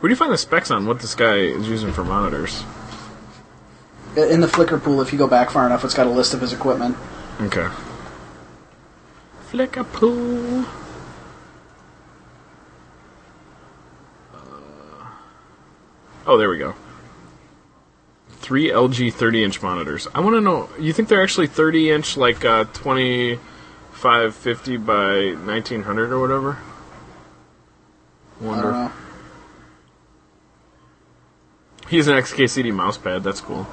Where do you find the specs on what this guy is using for monitors?
I- In the Flickr pool, if you go back far enough, it's got a list of his equipment.
Okay. Flick a poo. Uh, Oh, there we go. Three LG 30 inch monitors. I want to know, you think they're actually 30 inch, like uh, 2550 by 1900 or whatever?
I don't know.
Wonder. He's an XKCD mousepad, that's cool.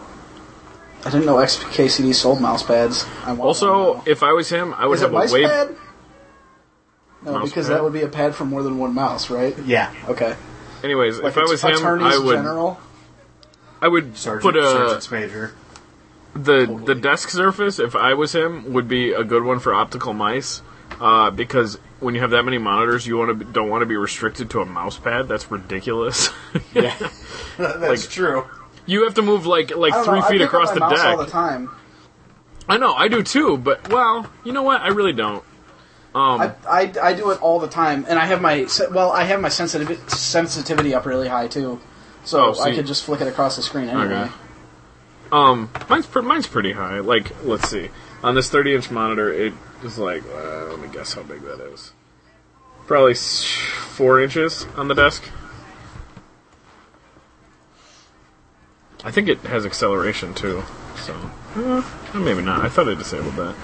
I didn't know XKCD sold mouse pads. I want one
Also,
now.
if I was him, I would
Uh, is it
have
mice
a wave.
pad? No,
Mouse
because
pad?
that would be a pad for more than one mouse, right?
Yeah,
Okay.
Anyways,
Like
if I was him,
attorneys
I would.
general.
I would
Sergeant,
put a.
Sergeant's major.
the the desk surface if i was him would be a good one for optical mice uh, because when you have that many monitors you want to don't want to be restricted to a mouse pad that's ridiculous
Yeah, that's
Like-
true.
you have to move like like
I don't
three
know, I
feet
pick up
across
my
the
mouse
deck
all the time.
i know i do too but well you know what i really don't
I, I, I do it all the time, and I have my se- well, I have my sensitiv- sensitivity up really high too, so
Oh, so
I
you-
could just flick it across the screen anyway.
Okay. Um, mine's pre- mine's pretty high. Like, let's see, on this 30 inch monitor, it is like uh, let me guess how big that is. Probably s- four inches on the desk. I think it has acceleration too, so eh, maybe not. I thought I disabled that.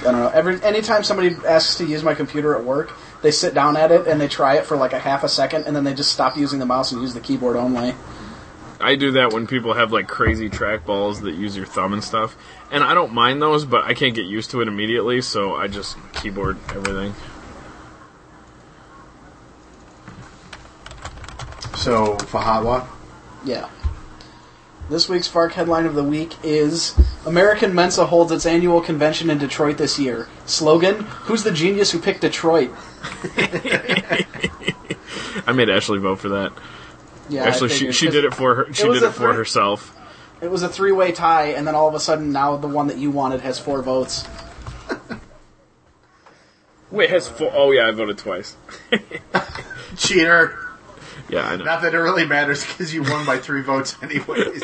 I don't know. Every anytime somebody asks to use my computer at work, they sit down at it and they try it for like a half a second, and then they just stop using the mouse and use the keyboard only.
I do that when people have like crazy trackballs that use your thumb and stuff, and I don't mind those, but I can't get used to it immediately, so I just keyboard everything.
So Fahawa,
Yeah. This week's FARC headline of the week is American Mensa holds its annual convention in Detroit this year. Slogan: Who's the genius who picked Detroit?
I made Ashley vote for that.
Yeah, I
Actually, she,
figured,
she
'cause-
did it for her. She
was
did
a
it for
three-
herself.
It was a three-way tie, and then all of a sudden, now the one that you wanted has four votes.
Wait, has four oh yeah, I voted twice.
cheater.
Yeah, I know.
Not that it really matters because you won by three votes, anyways.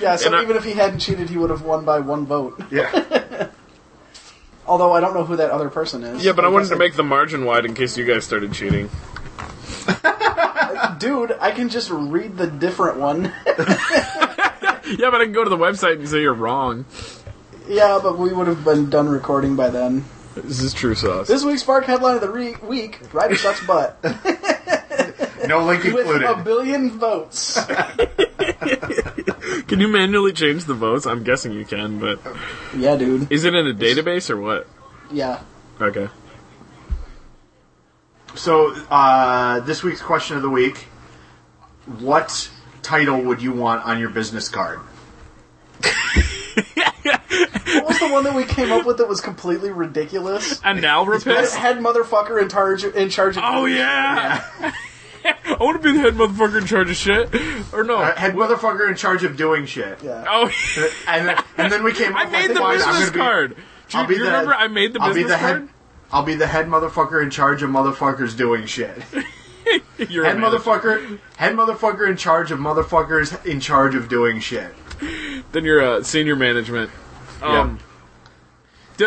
Yeah, so
And I-
even if he hadn't cheated, he would have won by one vote.
yeah,
Although I don't know who that other person is.
Yeah, but I wanted to
guess
make the margin wide in case you guys started cheating.
I- Dude, I can just read the different one.
Yeah, but I can go to the website and say you're wrong.
yeah, but we would have been done recording by then.
This is true sauce.
This week's Spark headline of the re- week: Ryder sucks butt
no link
with a
included.
billion votes.
Can you manually change the votes? I'm guessing you can, but
yeah, dude.
is it in a database or what?
Yeah.
Okay.
So uh, this week's question of the week: What title would you want on your business card?
What was the one that we came up with that was completely ridiculous? Head,
Analrapist?
head motherfucker in charge in charge of
Oh yeah. I want to be the head motherfucker in charge of shit. Or no.
Uh, head motherfucker in charge of doing shit.
Yeah.
oh.
And then, and then we came.
I
up
made
with
the
one, I'm
business
gonna be-
card. Do you,
I'll be
do you
the-
remember I made the
I'll
business
be the
card?
head. I'll be the head motherfucker in charge of motherfuckers doing shit.
You're
head
a manager.
motherfucker, head motherfucker in charge of motherfuckers in charge of doing shit.
Then you're uh, senior management. Um, d-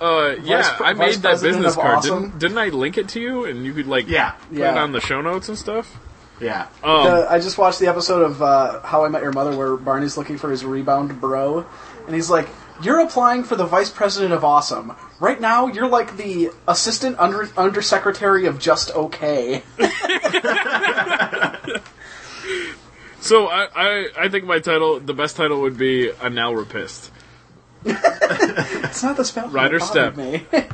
uh, yeah,
Vice pre-
I made
Vice
that
president
business
of
card.
awesome.
Didn't, didn't I link it to you? And you could like
Yeah,
put it
Yeah.
on the show notes and stuff.
yeah.
Um,
The- I just watched the episode of uh, How I Met Your Mother where Barney's looking for his rebound bro, and he's like, "You're applying for the vice president of awesome. Right now, you're like the assistant under undersecretary of just okay."
so I, I I think my title, the best title would be a now repist.
It's not the spell.
Rider
that bothered
step.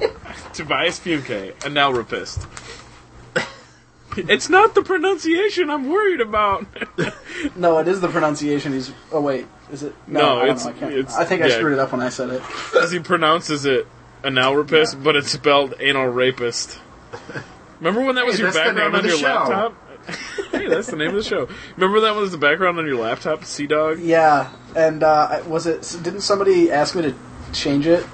Me.
Tobias Fumke, a now repist. it's not the pronunciation I'm worried about.
no, it is the pronunciation. He's. Oh wait, is it?
No,
I don't
it's-
know, I, can't-
it's-
I think I
yeah.
screwed it up when I said it.
Because he pronounces it a now repist, but it's spelled anal rapist. Remember when that was
Hey,
your
that's the
background
name
on
of the
your
show.
laptop? hey, that's the name of the show. Remember that was the background on your laptop, Sea Dog?
Yeah, and uh, I- was it? Didn't somebody ask me to change it?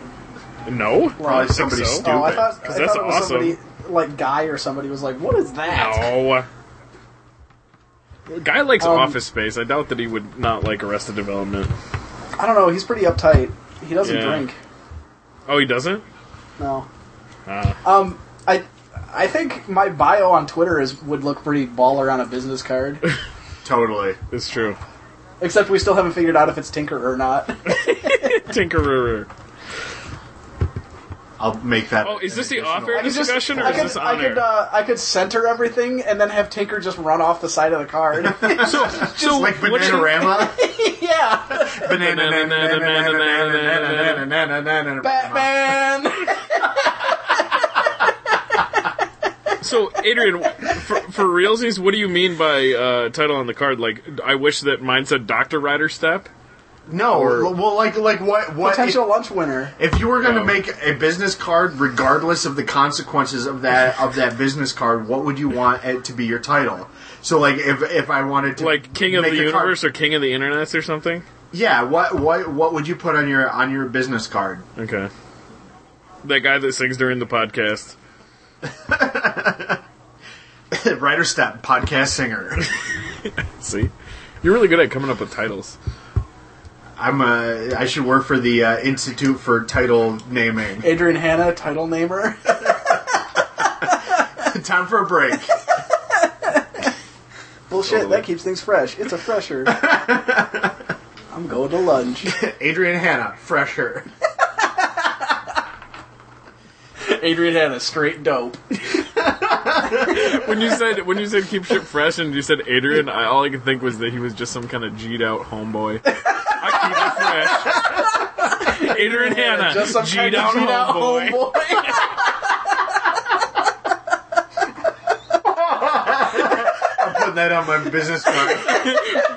No.
Probably somebody
so.
stupid.
Oh, I thought, I
'Cause that's
thought it was
awesome.
somebody like Guy or somebody was like, "What is that?"
No. Guy likes
Um,
Office Space. I doubt that he would not like Arrested Development.
I don't know. He's pretty uptight. He doesn't
Yeah.
drink.
Oh, he doesn't?
No.
Ah.
Um, I I think my bio on Twitter is would look pretty baller on a business card.
Totally.
It's true.
Except we still haven't figured out if it's Tinker or not.
Tinkerer.
I'll make that.
Oh, is this the
an additional-
offer? Discussion or
I
is
could,
this
I
on
could,
air?
uh, I could center everything and then have Tinker just run off the side of the card.
So, so
Like
what's your-
Bananarama?
yeah,
Banana.
Batman.
So, Adrian, for, for realsies, what do you mean by uh, title on the card? Like, I wish that mine said Doctor Rider Step.
No,
Or-
well, like, like what? What?
Potential lunch winner.
If, if you were going to
Oh.
make a business card, regardless of the consequences of that of that business card, what would you want it to be your title? So, like, if if I wanted to
Like King of the
make a card-
Universe or King of the Internets or something?
yeah. What what what would you put on your on your business card?
Okay. That guy that sings during the podcast.
Writer step podcast singer.
See? You're really good at coming up with titles.
I'm a. I should work for the uh, Institute for Title Naming.
Adrian Hanna, title namer.
Time for a break.
Bullshit, that keeps things fresh. It's a fresher. I'm going to lunch.
Adrian Hannah, fresher.
Adrian Hanna, straight dope.
When you said when you said keep shit fresh and you said Adrian, I, all I could think was that he was just some kind of G'd out homeboy. I keep it fresh. Adrian Hannah,
Just some
G'd
kind of
out
G'd out
homeboy.
homeboy.
I'm putting that on my business card.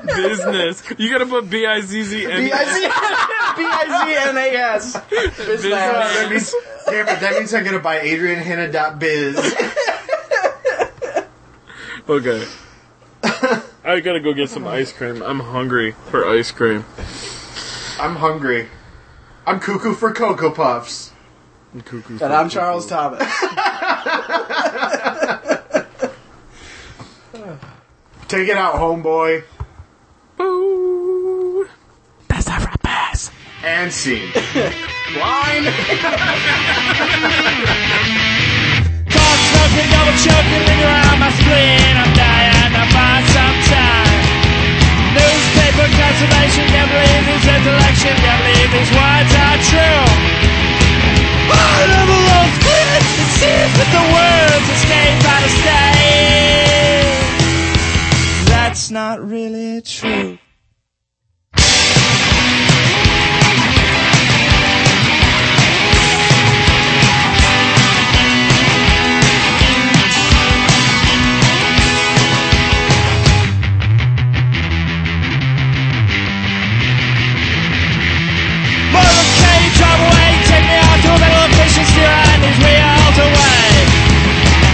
Business. You gotta put B I Z Z N. E.
B-I-Z-N-A-S.
that means, damn it, that means I'm gonna buy AdrianHannah.biz.
Okay. I gotta go get some ice cream. I'm hungry for ice cream.
I'm hungry. I'm cuckoo for Cocoa Puffs.
And cuckoo
And
for-
I'm Charles Thomas.
Take it out, homeboy.
Boo.
And scene.
Can't smoke and double choke and linger on my screen. I'm dying, I find some time. Newspaper conservation, can't believe these intellection, can't believe these words are true. Part of the world's greatest disease, but the words escape out of state. That's not really true. Mother can you drive away? Take me out to a better location, steer on these wheels away.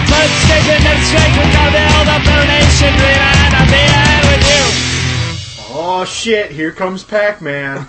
First stage and then straight, we gotta build up our nation, dream and I'll be there with you.
Oh shit, here comes Pac Man.